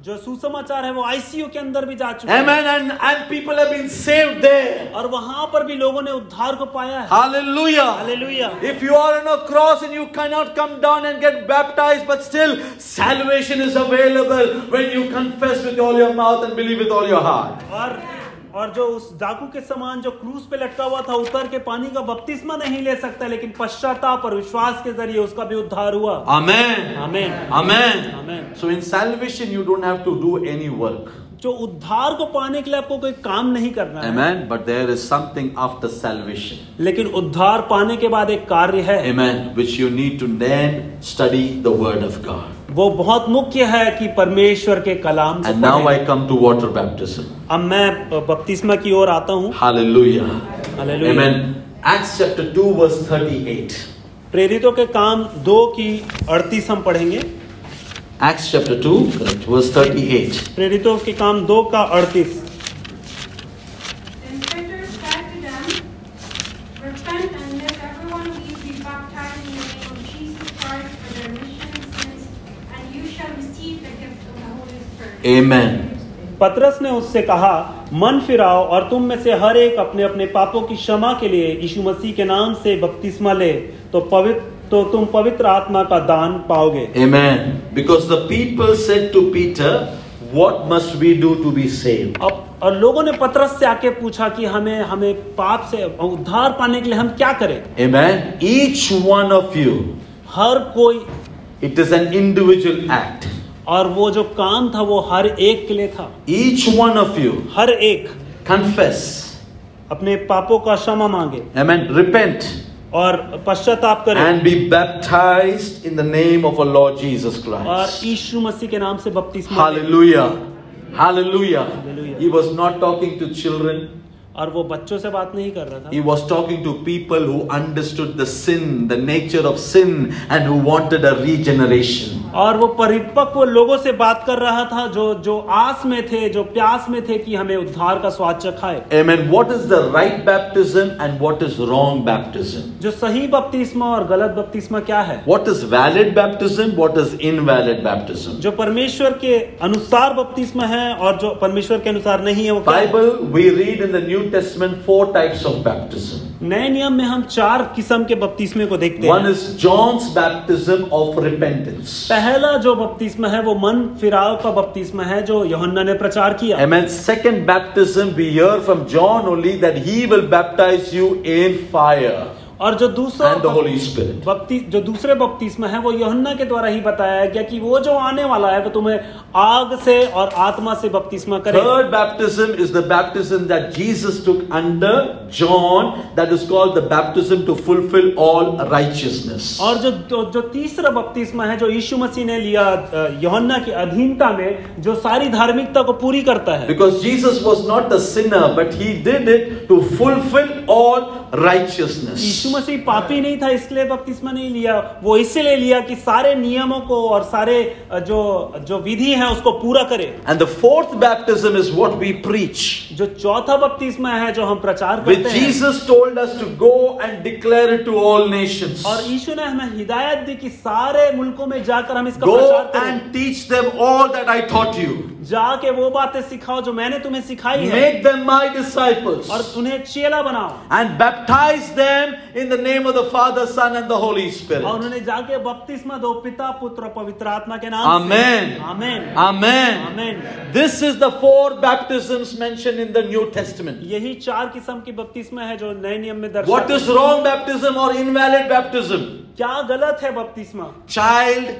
B: जो सुसमाचार है वो आईसीयू के अंदर भी जा चुके हैं
A: Amen. And, and people have been saved there.
B: और वहां पर भी लोगों ने उद्धार को पाया है
A: Hallelujah.
B: Hallelujah
A: If you are on a cross and you cannot come down and get baptized, but still salvation is available when you confess with all your mouth and believe with all your heart.
B: और और जो उस डाकू के समान जो cruise पे लटका हुआ था उतर के पानी का बपतिस्मा नहीं ले सकता लेकिन पश्चाताप और विश्वास के जरिए उसका भी उद्धार हुआ
A: Amen.
B: Amen
A: Amen.
B: Amen.
A: So in salvation, you don't have to do any work.
B: जो उद्धार को पाने के लिए आपको कोई काम नहीं करना है
A: Amen. But there is something after salvation.
B: लेकिन उद्धार पाने के बाद एक कार्य है
A: Amen. Which you need to then study the Word of God.
B: वो बहुत मुख्य है कि परमेश्वर के कलाम को
A: And now
B: पढ़ें।
A: I come to water baptism.
B: अब मैं बपतिस्मा की ओर आता हूँ
A: Hallelujah.
B: Hallelujah.
A: Amen. Acts chapter 2, verse 38.
B: प्रेरितों के काम दो की अड़तीस हम पढ़ेंगे
A: Acts chapter 2, correct, verse 38.
B: प्रेरितों के काम दो का अड़तीस
E: Then Peter said to them, Repent and let everyone of you be baptized in the name of Jesus Christ for the remission of sins, and you shall receive the gift of the Holy Spirit.
A: Amen.
B: पतरस ने उससे कहा मन फिराओ और तुम में से हर एक अपने अपने पापों की क्षमा के लिए यीशु मसीह के नाम से बपतिस्मा ले तो पवित्र तो तुम पवित्र आत्मा का दान पाओगे
A: Amen. Because the people said to Peter, What must we do to be saved?
B: अब और लोगों ने पतरस से आके पूछा कि हमें हमें पाप से उद्धार पाने के लिए हम क्या करें
A: Amen. Each one of you,
B: हर कोई
A: it is an individual act.
B: और वो जो काम था वो हर एक के लिए था
A: Each one of you
B: हर एक
A: confess.
B: अपने पापों का क्षमा मांगे
A: Amen. Repent
B: और पश्चाताप
A: and
B: करें
A: be baptized in the name of our Lord Jesus
B: और
A: Christ.
B: यीशु मसीह के नाम से बपतिस्मा लें।
A: Hallelujah. Hallelujah.
B: Hallelujah.
A: He was not talking to children.
B: और वो बच्चों से बात नहीं कर रहा था
A: He was talking to people who understood the sin, the nature of sin, and who wanted a regeneration.
B: और वो परिपक्व लोगों से बात कर रहा था जो जो आस में थे जो प्यास में थे कि हमें उद्धार का स्वाद चखाए
A: Amen. What is the right baptism and what is wrong baptism?
B: जो सही बपतिस्मा और गलत बपतिस्मा क्या है
A: What is valid baptism? What is invalid baptism?
B: जो परमेश्वर के अनुसार बपतिस्मा है और जो परमेश्वर के अनुसार नहीं है वो क्या है?
A: Bible, we read in the New Testament four types of baptism.
B: नए नियम में हम चार किस्म के बपतिस्मे को देखते
A: One
B: हैं
A: is John's baptism of repentance.
B: पहला जो बपतिस्मा है वो मन फिराव का बपतिस्मा है जो योहन्ना ने प्रचार किया
A: Amen. Second baptism, we hear from John only that he will baptize you in fire
B: और जो दूसरा
A: and the Holy Spirit.
B: बपति जो दूसरे बपतिस्मा है वो योहन्ना के द्वारा ही बताया गया कि वो जो आने वाला है वो तुम्हें आग से और आत्मा से बपतिस्मा करेगा
A: Third baptism is the baptism that Jesus took under John, that is called the baptism to fulfill all righteousness.
B: और जो जो, जो तीसरा बपतिस्मा है जो यीशु मसीह ने लिया अ, योहन्ना की अधीनता में जो सारी धार्मिकता को पूरी करता है
A: Because Jesus was not a sinner, but he did it to fulfill all righteousness.
B: यीशु मसीह पापी नहीं था इसलिए बपतिस्मा नहीं लिया वो इसलिए लिया कि सारे नियमों को और सारे अ, जो जो विधि है उसको पूरा करे
A: And the fourth baptism is what we preach.
B: जो चौथा बपतिस्मा है जो हम प्रचार
A: Which
B: करते हैं
A: Jesus told us to go and declare it to all nations.
B: और यीशु ने हमें हिदायत दी कि सारे मुल्कों में जाकर हम इसका प्रचार
A: Go
B: करें
A: and teach them all that I taught you.
B: जाके वो बातें सिखाओ जो मैंने तुम्हें सिखाई है
A: Make them my disciples.
B: और उन्हें चेला बनाओ
A: And baptize them in the name of the Father, Son, and the Holy
B: और
A: Spirit.
B: उन्होंने जाके बपतिस्मा दो पिता पुत्र और पवित्र आत्मा के नाम
A: Amen.
B: Amen
A: Amen.
B: Amen
A: This is the four baptisms mentioned in the New Testament.
B: यही चार किस्म की बपतिस्मा है जो नए नियम में दर्शाया
A: What is wrong baptism or invalid baptism?
B: क्या गलत है बपतिस्मा
A: Child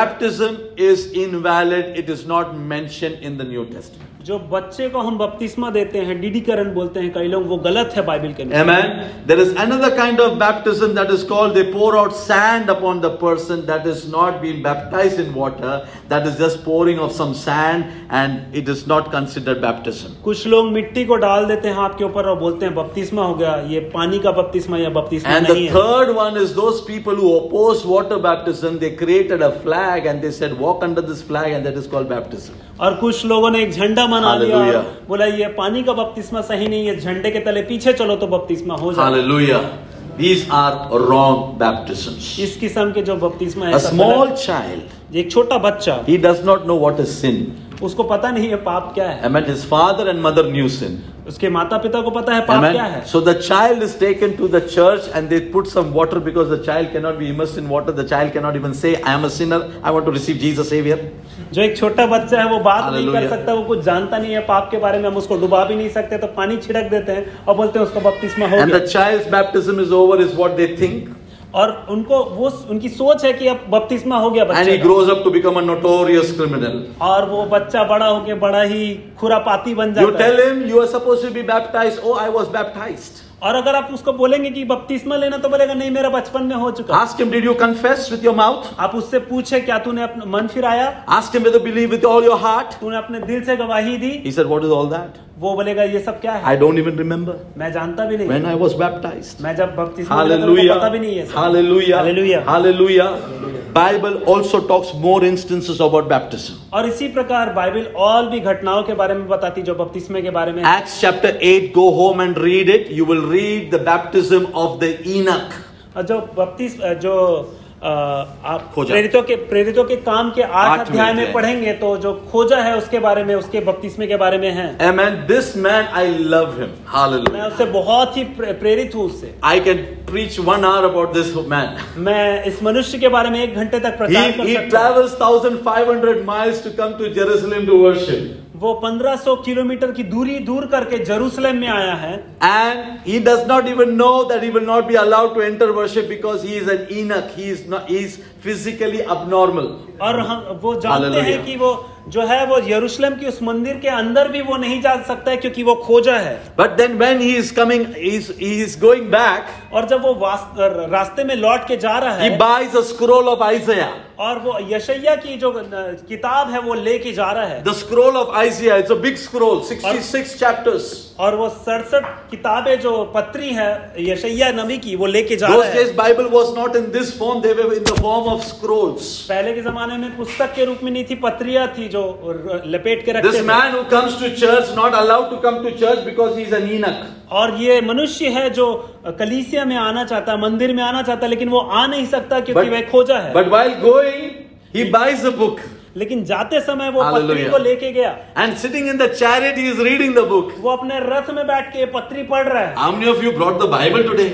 A: baptism is invalid, it is not mentioned in the New Testament.
B: जो बच्चे को हम बपतिस्मा देते हैं डीडीकरण बोलते हैं कई लोग वो गलत है बाइबल के अनुसार
A: Amen. There is another kind of baptism that is called they pour out sand upon the person that is not being baptized in water, that is just pouring of some sand and it is not considered baptism.
B: कुछ लोग मिट्टी को डाल देते हैं आपके ऊपर और बोलते हैं बपतिस्मा हो गया ये पानी का बपतिस्मा या बपतिस्मा
A: And
B: नहीं
A: the
B: है
A: third one is those people who oppose water baptism, they created a flag and they said, Walk under this flag, and that is called baptism.
B: और कुछ लोगों ने एक झंडा बना लिया और
A: Hallelujah.
B: बोला ये पानी का बपतिस्मा सही नहीं है झंडे के तले पीछे चलो तो बपतिस्मा हो जाए
A: Hallelujah. These are wrong baptisms.
B: इस किस्म के जो बपतिस्मा है
A: A
B: सब
A: small
B: गलत
A: child,
B: है। एक छोटा बच्चा
A: he does not know what is sin.
B: उसको पता नहीं है पाप क्या है
A: Amen. His father and mother knew sin.
B: उसके माता पिता को पता है पाप क्या है
A: Amen. So the child is taken to the church and they put some water because the child cannot be immersed in water. The child cannot even say, I am a sinner. I want to receive Jesus Savior.
B: जो एक छोटा बच्चा है वो बात नहीं कर
A: Hallelujah.
B: सकता वो कुछ जानता नहीं है पाप के बारे में हम उसको डुबा भी नहीं सकते तो पानी छिड़क देते हैं और बोलते हैं उसको बपतिस्मा हो
A: And
B: गया
A: the child's baptism is over, is what they think.
B: और उनको वो उनकी सोच है कि अब बपतिस्मा हो गया
A: and he
B: बच्चे का।
A: grows up to become a notorious criminal.
B: और वो बच्चा बड़ा होके बड़ा ही खुरापाती बन
A: You
B: जाता
A: tell
B: है
A: him you are supposed to be baptized. Oh, I was baptized.
B: और अगर आप उसको बोलेंगे कि बपतिस्मा लेना तो बोलेगा नहीं मेरा बचपन में हो चुका
A: Ask him, did you confess with your mouth?
B: आप उससे पूछे क्या तूने अपना मन फिराया
A: Ask him whether you believe with all your heart.
B: तूने अपने दिल से गवाही दी
A: He said, What is all that?
B: वो बोलेगा ये सब क्या है
A: I don't even remember
B: मैं जानता भी नहीं
A: when I was baptized.
B: मैं जब बपतिस्मा लेता था, मेरे को
A: Hallelujah.
B: पता भी नहीं है सब।
A: Hallelujah.
B: Hallelujah.
A: Hallelujah. Bible also talks more instances about baptism.
B: और इसी प्रकार बाइबल और भी घटनाओं के बारे में बताती जो बपतिस्मे के बारे में है।
A: Acts chapter 8, go home and read it. You will read the baptism of the Enoch.
B: और जो बपतिस जो अ, आप
A: खोजा।
B: प्रेरितों के प्रेरितों के काम के आठ
A: आठवें
B: अध्याय में
A: अध्याय।
B: पढ़ेंगे तो जो खोजा है उसके बारे में उसके बपतिस्मे के बारे में है
A: Amen. This man, I love him.
B: मैं
A: Hallelujah.
B: उससे बहुत ही प्रे- प्रेरित हूँ उससे
A: I can preach one hour about this man.
B: मैं इस मनुष्य के बारे में एक घंटे तक
A: He,
B: प्रचार कर
A: he
B: सकता हूँ।
A: travels 1,500 miles to come to Jerusalem to worship.
B: वो 1500 किलोमीटर की दूरी दूर करके जेरूसलम में आया है
A: And he does not even know that he will not be allowed to enter worship because he is an Enoch. He is not he is physically abnormal.
B: और हम वो जानते हैं
A: Hallelujah.
B: कि वो जो है वो यरूशलेम की उस मंदिर के अंदर भी वो नहीं जा सकता है क्योंकि वो खोजा है
A: But then when he is coming, he is, he is going back,
B: और जब वो वास- रास्ते में लौट के जा रहा
A: he
B: है
A: buys a scroll of Isaiah.
B: और वो यशैया की जो न- किताब है वो लेके जा रहा है
A: The scroll of Isaiah, it's a big scroll, 66 chapters.
B: और वो सड़सठ किताबें जो पत्री है यशैया नबी की वो लेके जा
A: Those
B: रहा
A: days
B: है
A: Bible was not in this form, they were in the form of scrolls.
B: पहले के जमाने में पुस्तक के रूप में नहीं थी पत्रिया थी जो र- लपेट के रखते
A: This
B: थे
A: man who comes to church not allowed to come to church because he is an Enoch.
B: और ये मनुष्य है जो कलीसिया में आना चाहता है मंदिर में आना चाहता है लेकिन वो आ नहीं सकता क्योंकि वह खोजा है
A: But while going, he buys a book.
B: लेकिन जाते समय वो पत्री
A: Hallelujah.
B: को लेके गया
A: And sitting in the chariot, he is reading the book.
B: वो अपने रथ में बैठ के पत्री पढ़ रहा है
A: How many of you brought the Bible today?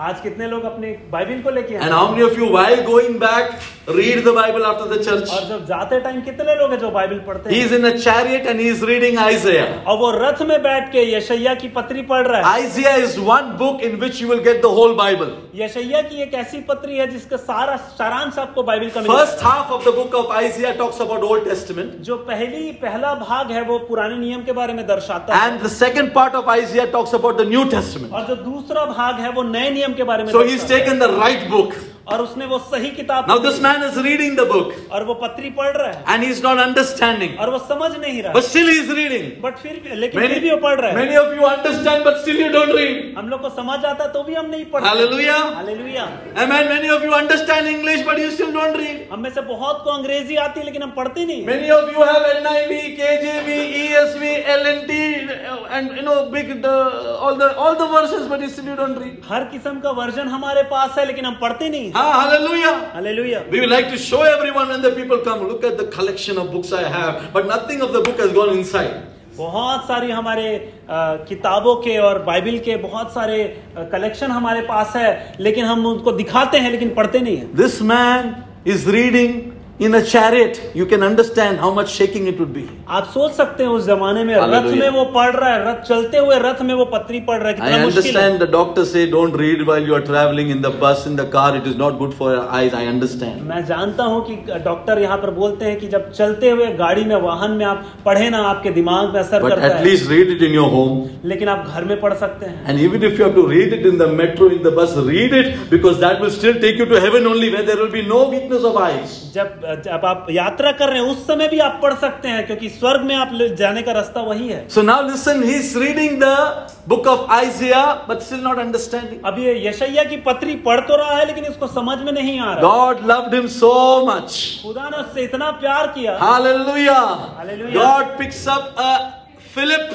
B: आज कितने लोग अपने बाइबिल को लेके आए
A: And how many of you, while going back, read the Bible after the church?
B: और जब जाते टाइम कितने लोग हैं जो बाइबिल पढ़ते
A: He
B: हैं
A: is in a chariot and he is reading Isaiah.
B: और वो रथ में बैठ के यशैया की पत्री पढ़ रहा है
A: Isaiah is one book in which you will get the whole Bible.
B: यशैया की एक ऐसी पत्री है जिसका सारा सारांश आपको बाइबिल का मिलेगा
A: First half of the book of Isaiah talks about Old Testament,
B: जो पहली पहला भाग है वो पुराने नियम के बारे में दर्शाता है
A: and the second part of Isaiah talks about the New Testament.
B: और जो दूसरा भाग है वो नए नियम के बारे में
A: So he's
B: दर्शाता है।
A: taken the right book.
B: और उसने वो सही किताब
A: Now
B: पकड़ी
A: this man is reading the book
B: और वो पत्री पढ़ रहा है
A: and he's not understanding,
B: और वो समझ नहीं रहा
A: but still he's reading.
B: But फिर भी लेकिन
A: Many,
B: फिर भी वो पढ़ रहा है
A: many of you understand, but still you don't read.
B: हम लोग को समझ आता तो भी हम नहीं पढ़ते
A: Hallelujah.
B: Hallelujah
A: Amen. Many of you understand English, but you still don't read.
B: हम में से बहुत को अंग्रेजी आती है लेकिन हम पढ़ते नहीं हैं।
A: Many of you have NIV, KJV, ESV, LNT, uh, and you know big the, all the all the verses, but you still you don't read.
B: हर किस्म का वर्जन हमारे पास है लेकिन हम पढ़ते नहीं हैं।
A: Ah, hallelujah.
B: Hallelujah
A: We would like to show everyone when the people come. Look at the collection of books I have, but nothing of the book has gone inside.
B: बहुत सारी हमारे अ, किताबों के और बाइबल के बहुत सारे कलेक्शन हमारे पास है लेकिन हम उनको दिखाते हैं लेकिन पढ़ते नहीं हैं
A: This man is reading in a chariot. You can understand how much shaking it would be.
B: आप सोच सकते हैं उस जमाने में रथ
A: Hallelujah.
B: में वो पढ़ रहा है रथ चलते हुए रथ में वो पत्री पढ़ रहा है
A: I
B: कितना मुश्किल है
A: understand the doctors say don't read while you are traveling in the bus, in the car. It is not good for your eyes. I understand.
B: मैं जानता हूं कि डॉक्टर यहाँ पर बोलते हैं कि जब चलते हुए गाड़ी में वाहन में आप पढ़े ना आपके दिमाग में असर
A: But
B: करता
A: at
B: है
A: least read it in your home.
B: लेकिन आप घर में पढ़ सकते हैं
A: And even if you have to read it in the metro, in the bus, read it because that will still take you to heaven only where there will be no weakness of eyes.
B: जब जब आप यात्रा कर रहे हैं उस समय भी आप पढ़ सकते हैं क्योंकि स्वर्ग में आप ले- जाने का रास्ता वही है
A: So now listen, he's reading the book of Isaiah but still not understanding.
B: अब ये यशैया की पत्री पढ़ तो रहा है लेकिन इसको समझ में नहीं आ रहा
A: God loved him so much.
B: खुदा ने उससे इतना प्यार किया
A: हाँ। Hallelujah.
B: Hallelujah.
A: God picks up a Philip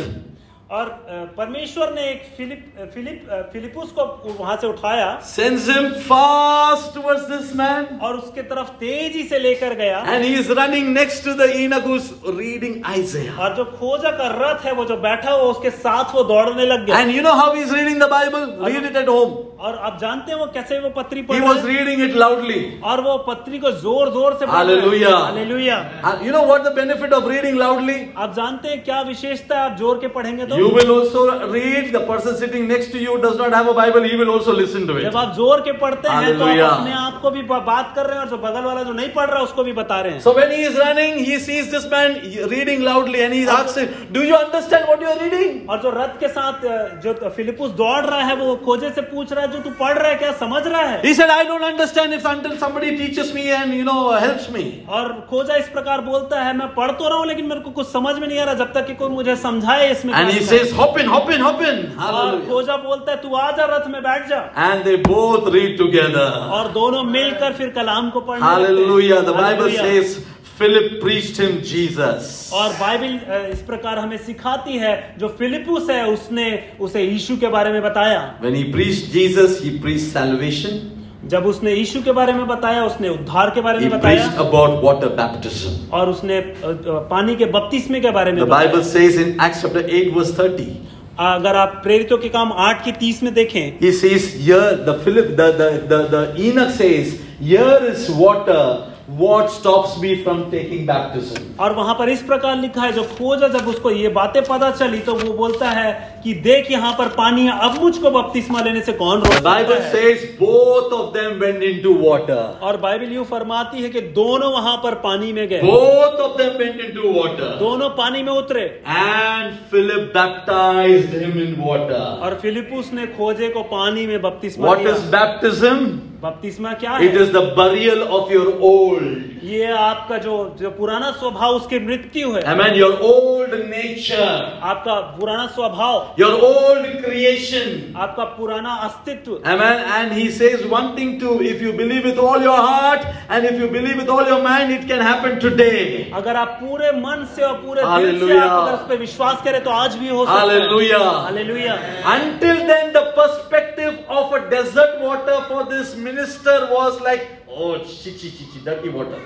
B: और अ, परमेश्वर ने एक फिलिप अ, फिलिप अ, फिलिपुस को वहां से उठाया
A: sends him fast to towards this man
B: और उसके तरफ तेजी से लेकर गया
A: and he is running next to the eunuch who's reading Isaiah.
B: और जो खोजा का रथ है वो जो बैठा हुआ उसके साथ वो दौड़ने लग गया
A: And you know how he's reading the Bible? Read it at home.
B: और आप जानते हैं वो कैसे वो पत्री
A: He
B: पढ़
A: was
B: रहे हैं?
A: reading it loudly.
B: और वो पत्री को जोर जोर से
A: Hallelujah.
B: Hallelujah
A: And Uh, you know what the benefit of reading loudly?
B: आप जानते हैं क्या विशेषता है आप जोर के पढ़ेंगे तो
A: You will also read. The person sitting next to you does not have a Bible, he will also listen to it.
B: जब आप जोर के पढ़ते हैं तो
A: Hallelujah.
B: आप अपने आप को भी बा- बात कर रहे हैं और जो बगल वाला जो नहीं पढ़ रहा है, उसको भी बता रहे हैं
A: So when he is running, he sees this man reading loudly and he asks him, Do you understand what you are reading?
B: और जो रथ के साथ अ, जो फिलिपुस दौड़ रहा है वो खोजे से पूछ रहा है जो तू पढ़ रहा है क्या समझ रहा है
A: He said, I don't understand if until somebody teaches me and you know helps me.
B: और खोजा इस प्रकार बोलता है मैं पढ़ तो रहा हूँ लेकिन मेरे को कुछ समझ में नहीं आ रहा जब तक कि कोई मुझे समझाए इसमें
A: And he
B: क्या
A: says, Hop in, hop in, hop in.
B: है। और
A: Hallelujah.
B: खोजा बोलता है तू आ जा रथ में बैठ जा
A: And they both read together.
B: और दोनों मिलकर फिर कलाम को पढ़ने लगते हैं।
A: Hallelujah. The Bible
B: Hallelujah.
A: says, Philip preached him Jesus.
B: और बाइबल अ, इस प्रकार हमें सिखाती है जो फिलिपुस है उसने उसे यीशु के बारे में बताया
A: When he preached Jesus, he preached salvation,
B: जब उसने यीशु के बारे में बताया उसने उद्धार के बारे
A: he
B: में
A: preached
B: बताया
A: about water baptism.
B: और उसने अ, अ, पानी के बपतिस्मे के बारे में
A: The Bible says in Acts chapter 8, verse 30.
B: बताया। अगर आप प्रेरितों के काम आठ के तीस में देखें
A: He says here the Philip the, the, the, the Enoch says here is water what stops me from taking baptism
B: और वहां पर इस प्रकार लिखा है जो खोजा जब उसको ये बातें पता चली तो वो बोलता है कि देख यहाँ पर पानी है अब मुझको बपतिस्मा लेने से कौन रोक
A: the
B: सकता
A: Bible
B: है?
A: says both of them went into water
B: और बाइबल यूं फरमाती है कि दोनों वहां पर पानी में गए
A: both of them went into water
B: दोनों पानी में उतरे
A: and Philip baptized him in water
B: और फिलिपुस ने खोजे को पानी में बपतिस्मा
A: what
B: दिया
A: is baptism
B: बपतिस्मा क्या
A: it
B: है
A: is the burial of your old
B: ये आपका जो जो पुराना स्वभाव उसकी मृत्यु है
A: amen your old nature
B: आपका पुराना स्वभाव
A: your old creation
B: आपका पुराना अस्तित्व
A: Amen. And he says one thing too if you believe with all your heart and if you believe with all your mind, it can happen today.
B: अगर आप पूरे मन से और पूरे दिल से
A: Hallelujah.
B: आप अगर उस पर विश्वास करें तो आज भी हो सकता
A: Hallelujah.
B: है hallelujah
A: Until then, the perspective of a desert water for this minister was like, oh, chi chi chi chi, dirty water.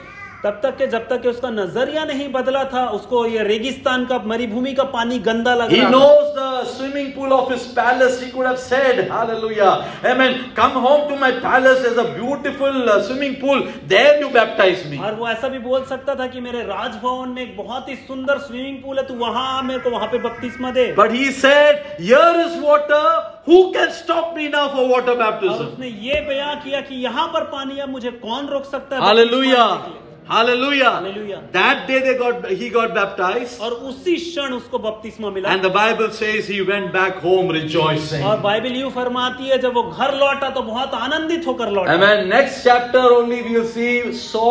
B: तब तक के जब तक के उसका नजरिया नहीं बदला था उसको ये रेगिस्तान का मरुभूमि का पानी गंदा लग
A: He
B: रहा था।
A: knows the swimming pool of his palace. He could have said, Hallelujah. Amen. Come home to my palace. There's a beautiful uh, swimming pool. There you baptize me.
B: और वो ऐसा भी बोल सकता था कि मेरे राजभवन में एक बहुत ही सुंदर स्विमिंग पूल है तू वहां आ, मेरे को वहां पे बपतिस्मा दे
A: But he said, Here is water. Who can stop me now for water
B: और
A: baptism?
B: उसने ये बयां किया कि यहाँ पर पानी है मुझे कौन रोक सकता है
A: Hallelujah.
B: बपतिस्मा
A: Hallelujah.
B: Hallelujah.
A: That day they got he got baptized.
B: और उसी क्षण उसको बपतिस्मा मिला
A: And the Bible says he went back home rejoicing.
B: और बाइबल यूं फरमाती है जब वो घर लौटा तो बहुत आनंदित होकर लौटा
A: Amen. Next chapter only we will see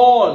A: Saul,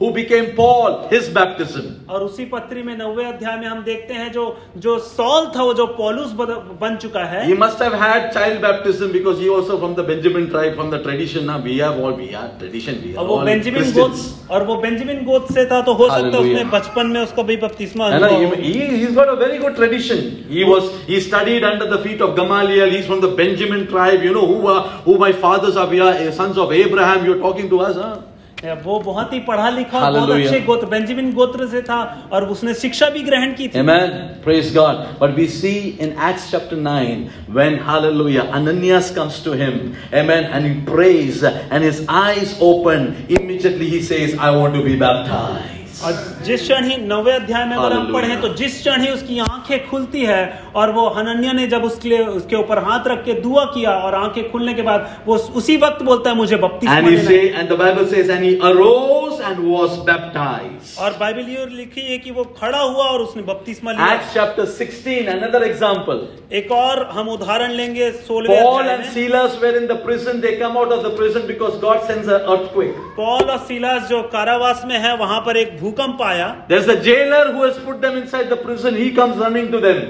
A: who became Paul, his baptism.
B: और उसी पत्री में नौवे अध्याय में हम देखते हैं जो जो सॉल था वो जो पॉलुस बद- बन चुका है
A: He must have had child baptism because he also from the Benjamin tribe, from the tradition. Now we have all we are tradition. We are
B: और वो
A: all
B: बेंजामिन
A: Christians.
B: गोत और वो बेंजामिन गोत से था तो हो सकता है
A: Hallelujah.
B: उसने बचपन में उसको भी बपतिस्मा
A: And
B: अनुभव
A: he, he, he's got a very good tradition. He was he studied under the feet of Gamaliel. He's from the Benjamin tribe. You know who are who my fathers are. We are eh, sons of Abraham. You're talking to us, huh?
B: हो। वो बहुत ही पढ़ा लिखा और बहुत
A: Hallelujah.
B: अच्छे गोत्र Benjamin गोत्र से था और उसने शिक्षा भी ग्रहण की थी
A: Amen. Praise God. But we see in Acts chapter 9 when, hallelujah, Ananias comes to him. Amen. And he prays and his eyes open. Immediately he says, I want to be baptized.
B: और जिस क्षण ही नवे अध्याय में अगर हम
A: Hallelujah.
B: पढ़ें तो जिस क्षण ही उसकी आंखें खुलती है और वो हनन्या ने जब उसके लिए उसके ऊपर हाथ रख के दुआ किया और आंखें खुलने के बाद वो उसी वक्त बोलता है मुझे बपतिस्मा
A: And he
B: लेना है
A: say, and the Bible says, and he arose and was baptized.
B: और बाइबल ये लिखी है कि वो खड़ा हुआ और उसने बपतिस्मा लिया
A: Acts chapter 16, another example.
B: एक और हम उदाहरण लेंगे सोलहवें
A: Paul
B: अध्याय
A: and
B: में
A: Silas were in the prison. They come out of the prison because God sends an earthquake.
B: Paul और सिलास जो कारावास में है वहां पर एक भूकंप आया
A: There's the jailer who has put them inside the prison. He comes running to them.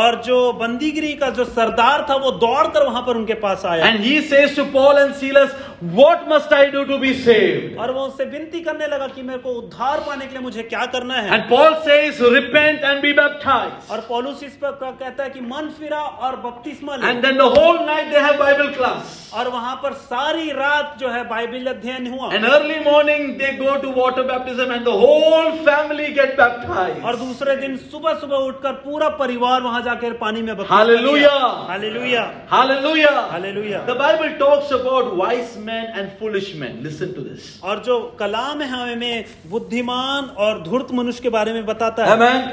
B: और जो बंदीगिरी का जो सरदार था वो दौड़कर वहां पर उनके पास आया
A: And he says to Paul and Silas, What must I do to be saved?
B: और वो उससे विनती करने लगा कि मेरे को उद्धार पाने के लिए मुझे क्या करना है
A: And Paul says, Repent and be baptized.
B: और पौलुस इस पर क- कहता है कि मन फिरा और बपतिस्मा ले
A: And then the whole night they have Bible class.
B: और वहां पर सारी रात जो है बाइबल अध्ययन हुआ
A: And early morning they go to water baptism and the whole family get
B: और
A: baptized.
B: दूसरे दिन सुबह सुबह उठकर पूरा परिवार वहां जाकर पानी में
A: Hallelujah!
B: Hallelujah
A: Hallelujah.
B: Hallelujah
A: The Bible talks about wise men and foolish men. Listen to this.
B: और जो कलाम है हमें बुद्धिमान और धूर्त मनुष्य के बारे में बताता है
A: Amen.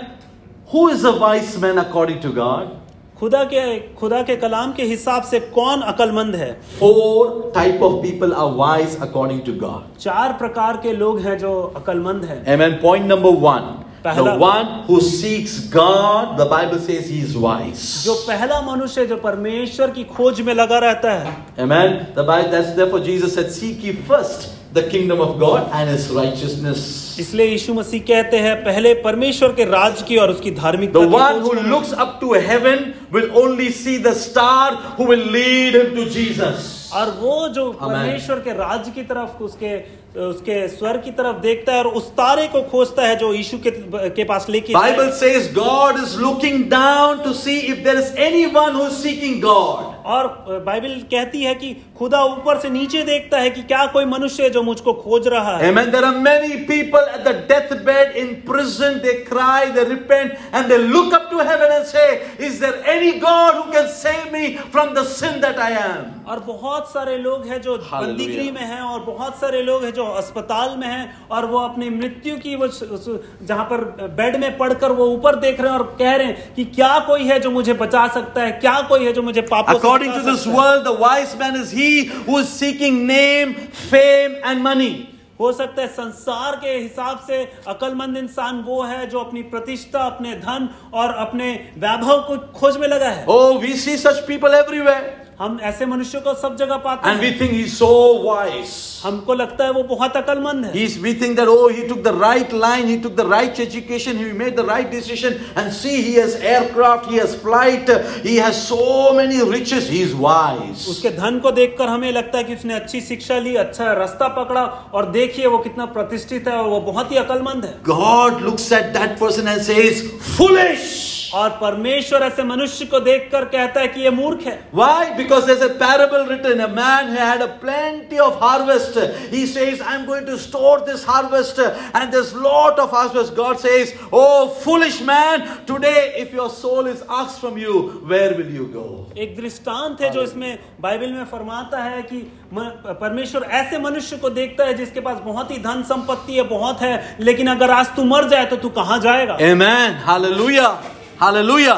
A: Who is a wise man according to God?
B: खुदा के खुदा के कलाम के हिसाब से कौन अकलमंद है
A: Four type of people are wise according to God.
B: चार प्रकार के लोग हैं जो अकलमंद हैं
A: Amen. Point number one. The
B: पहला-
A: one who seeks God, the Bible says he is wise.
B: जो पहला मनुष्य जो परमेश्वर की खोज में लगा रहता है
A: Amen. The Bible, that's therefore Jesus said, Seek ye first the kingdom of God and his righteousness.
B: इसलिए यीशु मसीह कहते हैं पहले परमेश्वर के राज की और उसकी धार्मिकता
A: The
B: की
A: one who
B: खोज करो।
A: looks up to heaven will only see the star who will lead him to Jesus.
B: और वो जो
A: Amen.
B: परमेश्वर के राज्य की तरफ उसके उसके स्वर की तरफ देखता है और उस तारे को खोजता है जो यीशु के के पास लेके जाए।
A: Bible says God is looking down to see if there is anyone who is seeking God.
B: और बाइबल कहती है कि खुदा ऊपर से नीचे देखता है कि क्या कोई मनुष्य है जो मुझको खोज रहा है
A: Amen. There are many people at the deathbed in prison. They cry, they repent, and they look up to heaven and say, Is there any God who can save me from the sin that I am?
B: और बहुत सारे लोग हैं जो
A: Hallelujah.
B: बंदीगिरी में हैं और बहुत सारे लोग हैं जो अस्पताल में हैं और वो अपनी मृत्यु की वो उस- उस- जहाँ पर बेड में पड़कर वो ऊपर देख रहे हैं और कह रहे हैं कि क्या कोई है जो मुझे बचा सकता है क्या कोई है जो मुझे पापों से
A: According
B: बचा
A: to this
B: सकता है?
A: world, the wise man is he who is seeking name, fame, and money.
B: हो सकता है संसार के हिसाब से अकलमंद इंसान वो है जो अपनी प्रतिष्ठा अपने धन और अपने वैभव को खोज में लगा है
A: Oh, we see such people everywhere.
B: हम ऐसे मनुष्यों को सब जगह पाते
A: And
B: हैं
A: we think he's so wise.
B: हमको लगता है वो बहुत अकलमंद है
A: He's, we think that, oh, he took the right line, he took the right education, he made the right decision. And see, he has aircraft, he has flight, he has so many riches, he's wise.
B: उसके धन को देखकर हमें लगता है कि उसने अच्छी शिक्षा ली अच्छा रास्ता पकड़ा और देखिए वो कितना प्रतिष्ठित है और वो बहुत ही अकलमंद है
A: God looks at that person and says, foolish.
B: और परमेश्वर ऐसे मनुष्य को देखकर कहता है कि ये मूर्ख है
A: Why? Because there's a parable written. A man who had a plenty of harvest. He says, I'm going to store this harvest, and there's lot of harvest. God says, Oh, foolish man, today if your soul is asked from you, where will you go?
B: एक दृष्टांत है जो इसमें Bible में फरमाता है कि म- परमेश्वर ऐसे मनुष्य को देखता है जिसके पास बहुत ही धन संपत्ति है बहुत है लेकिन अगर आज तू मर जाए तो तू कहाँ जाएगा
A: Amen. Hallelujah. Hallelujah.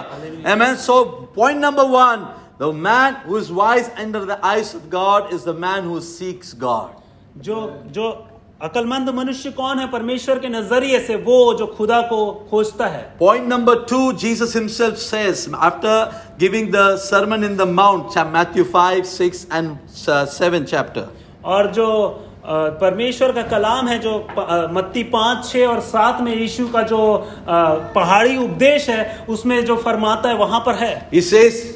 A: Amen. So, point number one the man who is wise under the eyes of God is the man who seeks God.
B: जो जो अकलमंद मनुष्य कौन है परमेश्वर के नजरिए से वो जो खुदा को खोजता है
A: Point number two, Jesus himself says, after giving the Sermon in the Mount, chap- Matthew 5, 6, and uh, 7 chapter.
B: और जो अ, परमेश्वर का कलाम है जो प- अ, मत्ती पाँच छः और सात में यीशु का जो अ, पहाड़ी उपदेश है उसमें जो फरमाता है वहां पर है
A: He says,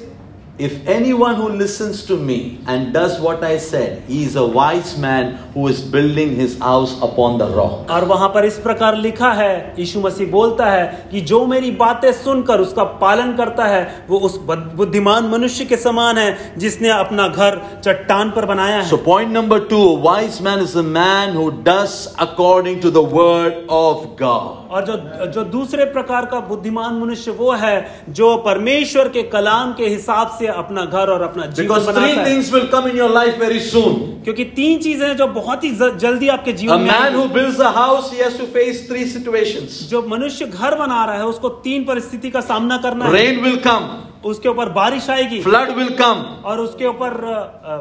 A: If anyone who listens to me and does what I said, he is a wise man who is building his house upon the rock.
B: और वहां पर इस प्रकार लिखा है यीशु मसीह बोलता है कि जो मेरी बातें सुनकर उसका पालन करता है वो उस बद- बुद्धिमान मनुष्य के समान है जिसने अपना घर चट्टान पर बनाया
A: So,
B: है
A: point number two, a wise man is a man who does according to the word of God.
B: और जो जो दूसरे प्रकार का बुद्धिमान मनुष्य वो है जो परमेश्वर के कलाम के हिसाब से अपना घर और अपना जीवन
A: Because three
B: बनाता है
A: things will come in your life very soon.
B: क्योंकि तीन चीजें हैं जो बहुत ही ज- जल्दी आपके
A: A
B: जीवन में
A: man who
B: आएंगी।
A: builds a house, he has to face three situations.
B: जो मनुष्य घर बना रहा है उसको तीन परिस्थिति का सामना करना है
A: Rain will come,
B: उसके ऊपर बारिश आएगी
A: flood will come,
B: और उसके ऊपर अ, अ,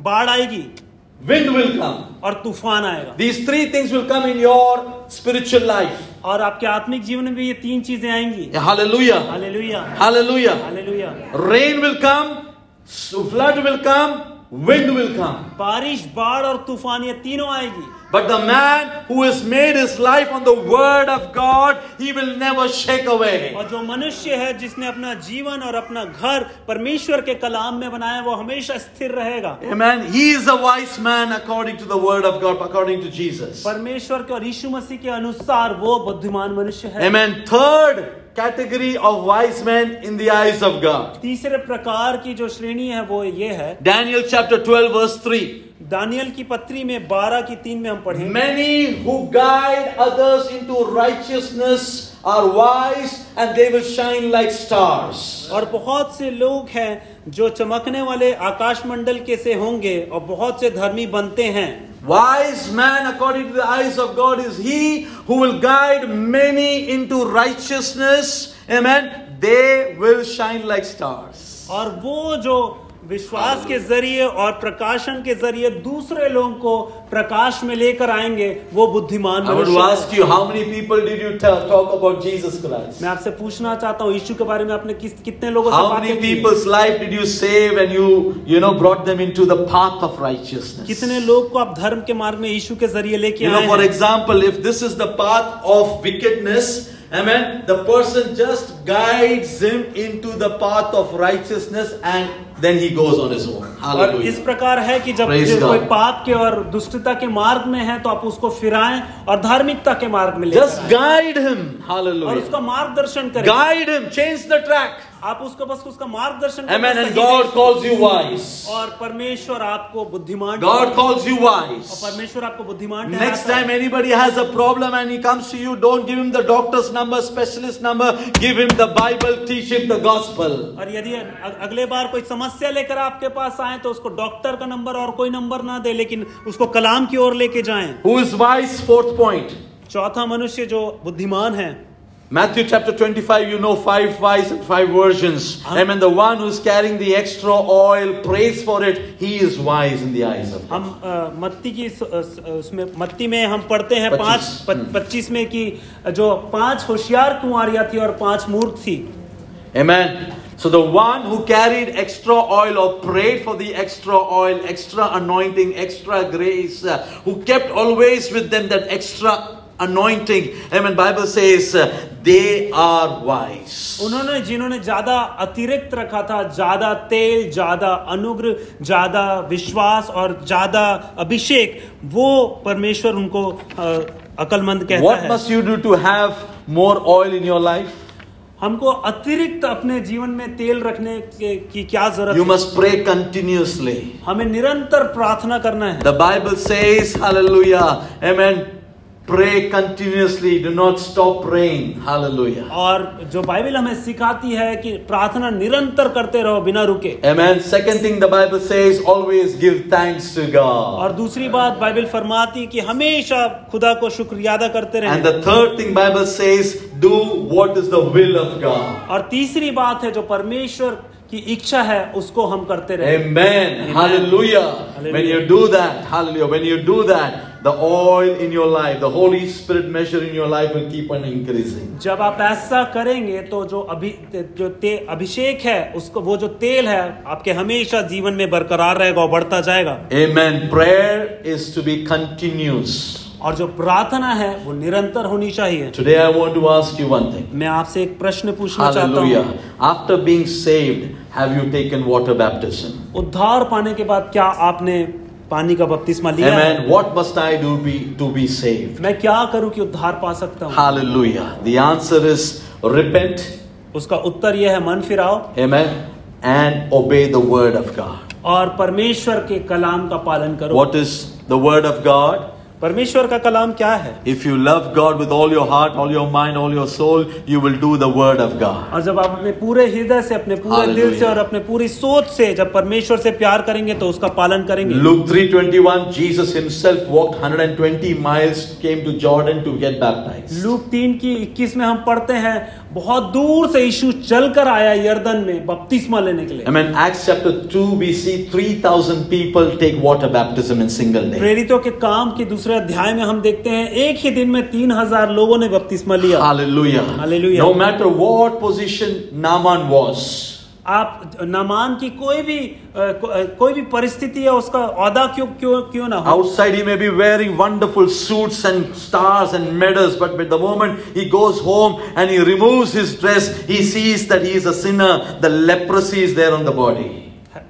B: बाढ़ आएगी
A: wind will come.
B: और तूफान आएगा
A: These three things will come in your spiritual life.
B: और आपके आत्मिक जीवन में भी ये तीन चीजें आएंगी
A: Hallelujah.
B: Hallelujah
A: Hallelujah.
B: Hallelujah
A: Rain will come, s- flood will come, wind will come.
B: बारिश बाढ़ और तूफान ये तीनों आएगी
A: But the man who has made his life on the word of God, he will never shake away.
B: और जो मनुष्य है जिसने अपना जीवन और अपना घर परमेश्वर के कलाम में बनाया वो हमेशा स्थिर रहेगा
A: Amen. He is a wise man according to the word of God, according to Jesus.
B: परमेश्वर के और यीशु मसीह के अनुसार वो बुद्धिमान मनुष्य है
A: Amen. Third category of wise men in the eyes of God.
B: तीसरे प्रकार की जो श्रेणी है वो ये है
A: Daniel chapter 12, verse 3.
B: दानियल की पत्री में 12 की 3 में हम पढ़ेंगे
A: Many who guide others into righteousness are wise and they will shine like stars.
B: और बहुत से लोग हैं जो चमकने वाले आकाश मंडल के से होंगे और बहुत से धर्मी बनते हैं
A: Wise man, according to the eyes of God, is he who will guide many into righteousness. Amen. They will shine like stars.
B: और वो जो विश्वास के जरिए और प्रकाशन के जरिए दूसरे लोगों को प्रकाश में लेकर आएंगे वो बुद्धिमान
A: I want to
B: मनुष्य है।
A: ask you, how many people did you tell, talk about Jesus Christ?
B: मैं आपसे पूछना चाहता हूँ यीशु के बारे में आपने किस कितने लोगों से
A: How
B: बातें
A: many
B: की?
A: people's life did you save and you, you know, brought them into the path of righteousness?
B: कितने लोग को आप धर्म के मार्ग में यीशु के जरिए लेके
A: You know,
B: आए
A: for
B: हैं?
A: example, if this is the path of wickedness, amen, the person just guides him into the path of righteousness and then he goes on his own.
B: और इस
A: Hallelujah.
B: प्रकार है कि जब
A: Praise
B: जो कोई
A: God.
B: पाप के और दुष्टता के मार्ग में है तो आप उसको फिराएं और धार्मिकता के मार्ग में लेकर
A: Just
B: आएं।
A: guide him.
B: और उसका
A: Hallelujah.
B: मार्गदर्शन करें
A: Guide him. Change the track.
B: आप उसको बस उसका मार्गदर्शन करें,
A: Amen. And
B: सही
A: God
B: Disha-
A: calls you wise.
B: और परमेश्वर आपको बुद्धिमान
A: God
B: ठहराता है।
A: calls you
B: और
A: wise.
B: परमेश्वर आपको बुद्धिमान
A: Next
B: ठहराता है।
A: time anybody has a problem and he comes to you, don't give him the doctor's number, specialist number. Give him the Bible, teach him the gospel.
B: और यदि अग- अगले बार कोई समस्या लेकर आपके पास आए तो उसको डॉक्टर का नंबर और कोई नंबर ना दे लेकिन उसको कलाम की ओर लेके जाएं
A: Who is wise? Fourth point.
B: चौथा मनुष्य जो बुद्धिमान है
A: Matthew chapter 25, you know five wise and five virgins.
B: Huh?
A: Amen. The one who's carrying the extra oil, prays for it. He is wise in the eyes of God.
B: हम अ, मत्ती की इस- इस- उसमें मत्ती में हम पढ़ते हैं पांच
A: पच्चीस। हम्म।
B: प- पच्चीस में कि जो पांच होशियार कुंवारियां थी और पांच मूर्ख थी
A: Amen. So the one who carried extra oil or prayed for the extra oil, extra anointing, extra grace, uh, who kept always with them that extra anointing. Amen. Bible says uh, they are wise.
B: उन्होंने जिन्होंने ज्यादा अतिरिक्त रखा था ज्यादा तेल ज्यादा अनुग्रह ज्यादा विश्वास और ज्यादा अभिषेक वो परमेश्वर उनको अ, अकलमंद कहता
A: What
B: है
A: must you do to have more oil in your life?
B: हमको अतिरिक्त अपने जीवन में तेल रखने के, की क्या
A: You
B: जरूरत है
A: must pray continuously.
B: हमें निरंतर प्रार्थना करना है
A: The Bible says, Hallelujah, Amen. Pray continuously, do not stop praying. Hallelujah.
B: और जो बाइबल हमें सिखाती है कि प्रार्थना निरंतर करते रहो बिना रुके
A: Amen. Second thing the Bible says, always give thanks to God.
B: और दूसरी बात बाइबल फरमाती है कि हमेशा खुदा को शुक्रिया अदा करते
A: And
B: रहें
A: the third thing Bible says, do what is the will of God.
B: और तीसरी बात है जो परमेश्वर की इच्छा है उसको हम करते रहें
A: Amen. Hallelujah.
B: Hallelujah.
A: When you do that, hallelujah. When you do that, the oil in your life, the Holy Spirit measure in your life will keep on increasing.
B: जब आप ऐसा करेंगे तो जो अभि जो ते अभिषेक है उसको वो जो तेल है आपके हमेशा जीवन में बरकरार रहेगा और बढ़ता जाएगा
A: Amen. Prayer is to be continuous.
B: और जो प्रार्थना है वो निरंतर होनी चाहिए
A: Today I want to ask you one thing.
B: मैं आपसे एक प्रश्न पूछना चाहता हूँ
A: Hallelujah. After being saved, have you taken water baptism?
B: उद्धार पाने के बाद क्या आपने पानी का बपतिस्मा लिया है?
A: Amen. What must I do be, to be saved?
B: मैं क्या करूं कि उद्धार पा सकता
A: हाँ।
B: हूं
A: Hallelujah. The answer is repent.
B: उसका उत्तर यह है मन फिराओ
A: Amen. And obey the word of God.
B: और परमेश्वर के कलाम का पालन करो
A: What is the word of God?
B: परमेश्वर का कलाम क्या है
A: If you love God with all your heart, all your mind, all your soul, you will do the word of God.
B: और जब आप अपने पूरे हृदय से अपने पूरे दिल
A: Hallelujah.
B: से और अपने पूरी सोच से जब परमेश्वर से प्यार करेंगे तो उसका पालन करेंगे
A: Luke 3:21 Jesus himself walked 120 miles came to Jordan to get baptized.
B: Luke तीन की इक्कीस में हम पढ़ते हैं बहुत दूर से यीशु चलकर आया यर्दन में बपतिस्मा लेने के लिए
A: Amen. Acts chapter 2, we see 3,000 people take water baptism in single day.
B: प्रेरितों के काम के दूसरे अध्याय में हम देखते हैं एक ही दिन में तीन हजार लोगों
A: हाँ।
B: ने बपतिस्मा लिया
A: Hallelujah.
B: Hallelujah.
A: No matter what position Naaman was,
B: आप नामान की कोई भी अ, को, अ, कोई भी परिस्थिति है उसका औदा क्यों क्यों क्यों ना हो
A: Outside, he may be wearing wonderful suits and stars and medals, but with the moment he goes home and he removes his dress, he sees that he is a sinner. The leprosy is there on the body.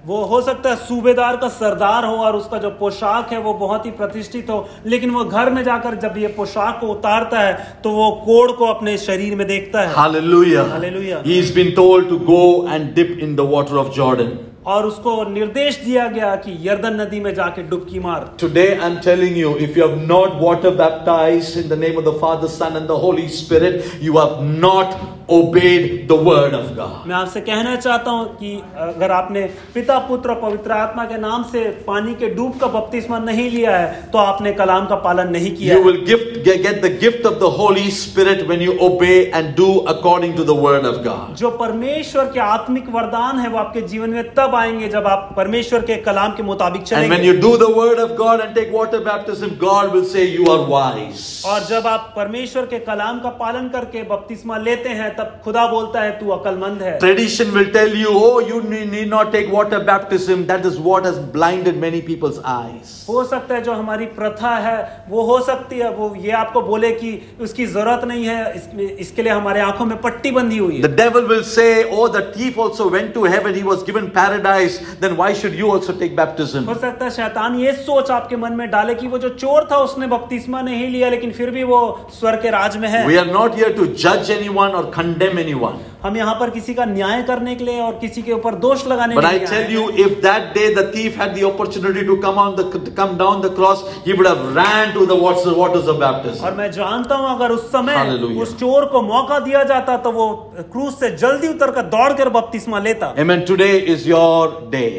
B: वो हो सकता है सूबेदार का सरदार हो और उसका जो पोशाक है वो बहुत ही प्रतिष्ठित हो लेकिन वो घर में जाकर जब ये पोशाक को उतारता है तो वो कोड़ को अपने शरीर में देखता
A: हाँ।
B: है
A: Hallelujah.
B: Hallelujah.
A: He's been told to go and dip in the water of Jordan.
B: और उसको निर्देश दिया गया कि यर्दन नदी में जाके डुबकी मार
A: Today, I'm telling you, if you have not water baptized in the name of the Father, Son, and the Holy Spirit, you have not obeyed the word of God.
B: मैं आपसे कहना चाहता हूं कि अगर आपने पिता पुत्र और पवित्र आत्मा के नाम से पानी के डूब का बपतिस्मा नहीं लिया है तो आपने कलाम का पालन नहीं किया
A: You
B: है।
A: will gift, get, get the gift of the Holy Spirit when you obey and do according to the Word of God.
B: जो परमेश्वर के आत्मिक वरदान है वो आपके जीवन में तब आएंगे जब आप परमेश्वर के कलाम के मुताबिक
A: And when
B: चलेंगे
A: you do the Word of God and take water baptism, God will say you are wise.
B: और जब आप परमेश्वर के कलाम का पालन करके बपतिस्मा लेते हैं तब खुदा बोलता है तू अकलमंद है
A: Tradition will tell you, oh, you ne- need not take water baptism. That is what has blinded many people's eyes.
B: हो सकता है जो हमारी प्रथा है वो हो सकती है वो ये आपको बोले कि उसकी जरूरत नहीं है इसमें इसके लिए हमारे आंखों में पट्टी बंधी हुई
A: The
B: है
A: devil will say, oh, the thief also went to heaven. He was given paradise. Then why should you also take baptism?
B: हो सकता है शैतान ये सोच आपके मन में डाले कि वो जो चोर था उसने बपतिस्मा नहीं लिया लेकिन फिर भी वो स्वर के राज में है
A: We are not here to judge anyone or condemn anyone.
B: हम यहाँ पर किसी का न्याय करने के लिए और किसी के ऊपर दोष लगाने
A: But
B: के
A: I
B: लिए आए
A: tell
B: हैं।
A: you, if that day the thief had the opportunity to come on the to come down the cross, he would have ran to the waters, waters of
B: और
A: baptism.
B: मैं जानता हूं अगर उस समय
A: Hallelujah.
B: उस चोर को मौका दिया जाता तो वो क्रूज से जल्दी उतर कर दौड़ कर बपतिस्मा लेता
A: Amen. Today is your day.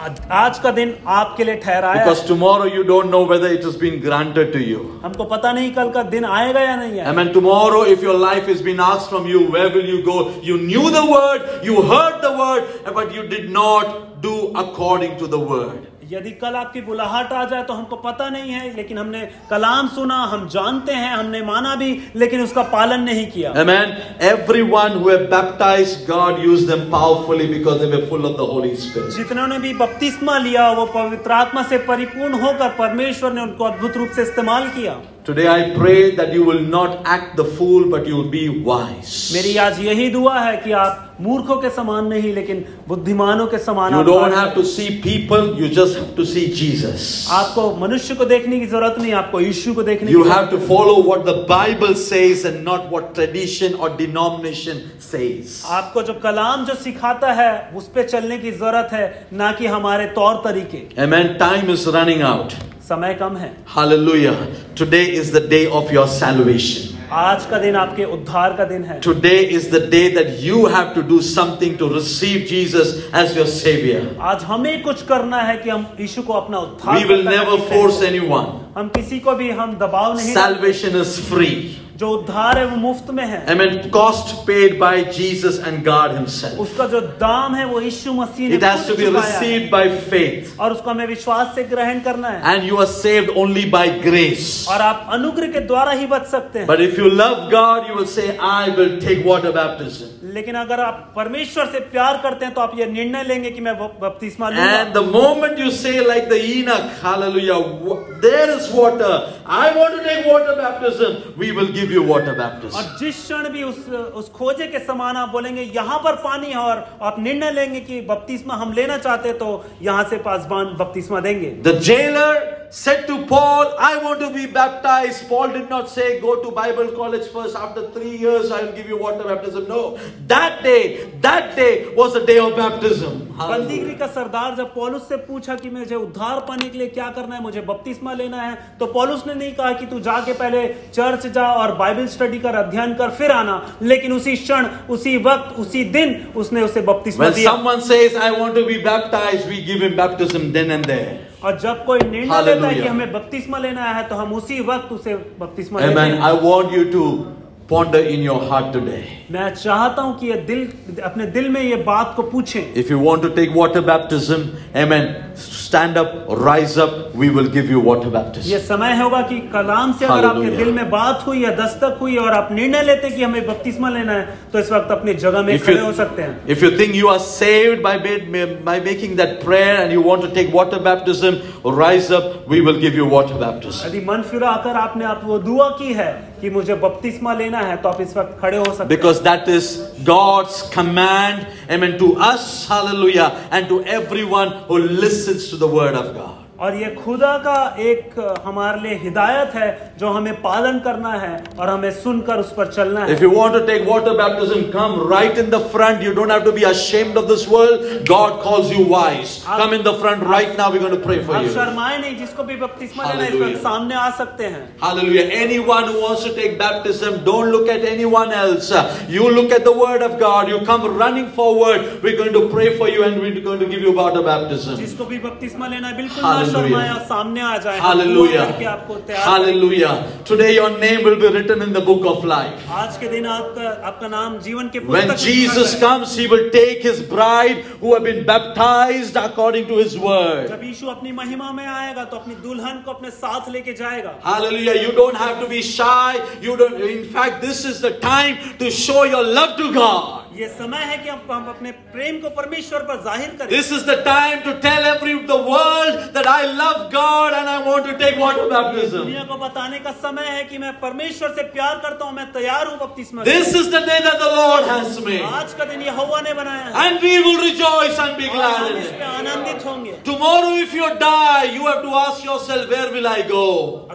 B: आज, आज का दिन आपके लिए ठहराया है।
A: Because tomorrow you don't know whether it has been granted to you.
B: हमको पता नहीं कल का दिन आएगा या नहीं आएगा
A: Amen. Tomorrow, if your life has been asked from you, where will you go? You knew the word, you heard the word, but you did not do according to the word.
B: यदि कल आपकी बुलाहट आ जाए तो हमको पता नहीं है लेकिन हमने कलाम सुना हम जानते हैं हमने माना भी लेकिन उसका पालन नहीं किया
A: Amen. Everyone who were baptized, God used them powerfully because they were full of the Holy Spirit.
B: जितनों ने भी बपतिस्मा लिया वो पवित्र आत्मा से परिपूर्ण होकर परमेश्वर ने उनको अद्भुत रूप से इस्तेमाल किया
A: Today I pray that you will not act the fool, but you will be wise.
B: मेरी आज यही दुआ है कि आप मूर्खों के समान नहीं लेकिन बुद्धिमानों के समान
A: You
B: आप
A: don't
B: कार्य
A: have to see people, you just have to see Jesus.
B: करें। आपको मनुष्य को देखने की जरूरत नहीं आपको यीशु को देखने
A: You
B: की
A: have to follow what the Bible says and not what tradition or denomination says.
B: आपको जो कलाम जो सिखाता है उस पे चलने की जरूरत है ना कि हमारे तौर तरीके
A: Amen. Time is running out.
B: समय कम है
A: Hallelujah. Today is the day of your salvation.
B: आज का दिन आपके उद्धार का दिन है
A: Today is the day that you have to do something to receive Jesus as your Savior.
B: आज हमें कुछ करना है कि हम यीशु को अपना उद्धार
A: We will
B: करना
A: never
B: सीखें।
A: force anyone.
B: हम किसी को भी हम दबाव नहीं
A: Salvation is free.
B: जो उद्धार है वो मुफ्त में है
A: Amen. Cost paid by Jesus and God Himself.
B: उसका जो दाम है वो यीशु मसीह ने
A: It has to
B: खुद
A: be
B: चुकाया है।
A: received by faith.
B: और उसको हमें विश्वास से ग्रहण करना है
A: And you are saved only by grace.
B: और आप अनुग्रह के द्वारा ही बच सकते हैं
A: But if you love God, you will say, I will take water baptism.
B: लेकिन अगर आप परमेश्वर से प्यार करते हैं तो आप ये निर्णय लेंगे कि मैं बप- बपतिस्मा
A: And
B: लूंगा
A: the moment you say, like the Enoch, hallelujah, wa- there is water. I want to take water baptism. We will give you water
B: और
A: baptism.
B: जिस क्षण भी उस उस खोजे के समान आप बोलेंगे यहाँ पर पानी है और आप निर्णय लेंगे कि बपतिस्मा हम लेना चाहते हैं, तो यहाँ से पासवान बपतिस्मा देंगे
A: The jailer said to Paul, I want to be baptized. Paul did not say, Go to Bible college first. After three years, I will give you water baptism. No. That day, that day was the day of baptism.
B: बंदीगिरी
A: Hallelujah.
B: का सरदार जब पौलुस से पूछा कि मुझे उद्धार पाने के लिए क्या करना है मुझे बपतिस्मा लेना है तो पौलुस ने नहीं कहा कि तू जाके पहले चर्च जा और बाइबल स्टडी कर अध्ययन कर फिर आना लेकिन उसी क्षण उसी वक्त उसी दिन उसने उसे बपतिस्मा
A: When
B: दिया
A: someone says, I want to be baptized, we give him baptism then and there.
B: और जब कोई निर्णय लेता है कि
A: Hallelujah.
B: हमें बपतिस्मा लेना है तो हम उसी वक्त उसे बपतिस्मा लेते
A: Amen. I
B: हैं
A: want you to ponder in your heart today.
B: मैं चाहता हूं कि ये दिल अपने दिल में ये बात को पूछें
A: If you want to take water baptism, amen. s- Stand up, rise up, we will give you water baptism.
B: ये समय होगा कि कलाम से अगर आपके
A: Hallelujah.
B: दिल में बात हुई या दस्तक हुई और आप निर्णय लेते हैं कि हमें बपतिस्मा लेना है तो इस वक्त अपनी जगह में
A: If
B: खड़े हो
A: you,
B: सकते हैं
A: if you think you are saved by, ma- by making that prayer and you want to take water baptism, rise up, we will give you water baptism.
B: यदि मन फिरा कर आपने आप वो दुआ की है कि मुझे बपतिस्मा लेना है तो आप इस वक्त खड़े हो सकते हैं
A: Because that is God's command, amen, to us, hallelujah, and to everyone who listens to the word of God.
B: और ये खुदा का एक अ, हमारे लिए हिदायत है जो हमें पालन करना है और हमें सुनकर उस पर चलना है
A: If you want to take water baptism, come right in the front. You don't have to be ashamed of this world. God calls you wise. Come in the front right now. We're going to pray for
B: आप
A: you.
B: शर्माए नहीं जिसको भी बपतिस्मा लेना है
A: Hallelujah.
B: इस वक्त सामने आ सकते हैं
A: Hallelujah. Anyone who wants to take baptism, don't look at anyone else. You look at the Word of God. You come running forward. We're going to pray for you and we're going to give you water baptism.
B: जिसको भी बपतिस्मा लेना है बिल्कुल ना
A: Hallelujah.
B: शर्माए आप सामने आ जाए
A: Hallelujah.
B: करके आपको तैयार
A: Hallelujah. Today your name will be written in the book of life.
B: आज के दिन आपका आपका नाम जीवन के पुस्तक
A: When
B: में लिखा
A: Jesus
B: गया है।
A: comes, he will take his bride who have been baptized according to his word.
B: जब यीशु अपनी महिमा में आएगा तो अपनी दुल्हन को अपने साथ लेके जाएगा
A: Hallelujah. You don't have to be shy. You don't in fact this is the time to show your love to God.
B: ये समय है कि हम हम अपने प्रेम को परमेश्वर पर जाहिर करें
A: This is the time to tell every the world that I love God and I want to take water baptism.
B: दुनिया को बताने का समय है कि मैं परमेश्वर से प्यार करता हूँ मैं तैयार हूँ बपतिस्मा के लिए।
A: This is the day that the Lord has made.
B: आज का दिन यहोवा ने बनाया है
A: And we will rejoice and be
B: और
A: glad
B: हम
A: in
B: इस पे
A: it.
B: आनंदित होंगे
A: Tomorrow, if you die, you have to ask yourself, where will I go?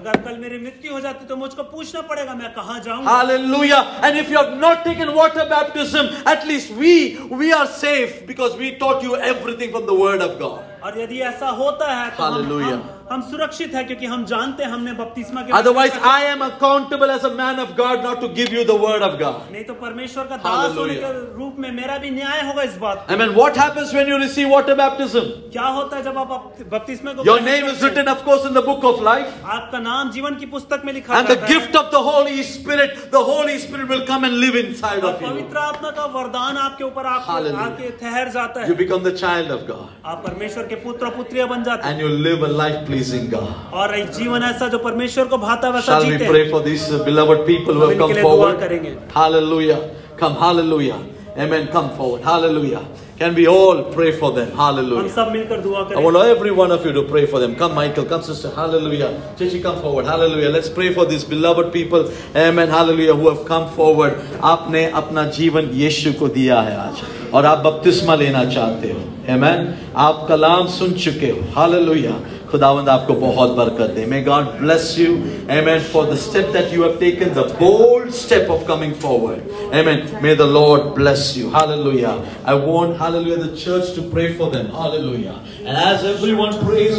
B: अगर कल मेरी मृत्यु हो जाती तो मुझको पूछना पड़ेगा मैं कहाँ जाऊँ
A: Hallelujah. And if you have not taken water baptism, at least we we are safe because we taught you everything from the word of God.
B: और यदि ऐसा होता है तो हम,
A: Hallelujah.
B: हम, हम सुरक्षित है क्योंकि हम जानते हैं हमने बपतिस्मा के
A: Otherwise, I am accountable as a man of God not to give you the word of God.
B: नहीं तो परमेश्वर का दास होने के रूप में मेरा भी न्याय होगा इस बात
A: I mean, what happens when you receive water baptism?
B: क्या होता है जब आप बप- बपतिस्मा को
A: Your name is written, of course, in the book of life.
B: आपका नाम जीवन की पुस्तक में लिखा
A: And the
B: जाता है।
A: gift of the Holy Spirit, the Holy Spirit will come and live inside
B: और
A: of you.
B: पवित्र आत्मा का वरदान आपके ऊपर आपके
A: Hallelujah.
B: आके ठहर जाता
A: You
B: है
A: become the child of God
B: आप परमेश्वर के पुत्र पुत्रिया बन जाते
A: and you live a life pleasing God.
B: हैं और एक जीवन ऐसा जो परमेश्वर को भाता वैसा
A: Shall we
B: जीते हैं।
A: pray for these uh, beloved people who
B: हम
A: have
B: इनके
A: come
B: लिए दुआ
A: forward?
B: करेंगे
A: Hallelujah. Come, hallelujah. Amen. Come forward. Hallelujah. Can we all pray for them?
B: हम
A: Hallelujah.
B: सब मिलकर दुआ
A: I
B: करेंगे
A: want every one of you to pray for them. Come, Michael. Come, sister. Hallelujah. Chichi, come forward. Hallelujah. Let's pray for these beloved people. Amen. Hallelujah. Who have come forward. आपने अपना जीवन यीशु को दिया है आज और आप बपतिस्मा लेना चाहते हो Amen. आप कलाम सुन चुके हो हालेलुया खुदावंद आपको बहुत बरकत दे may God bless you amen for the step that you have taken the bold step of coming forward amen may the lord bless you hallelujah i want hallelujah the church to pray for them hallelujah and as everyone prays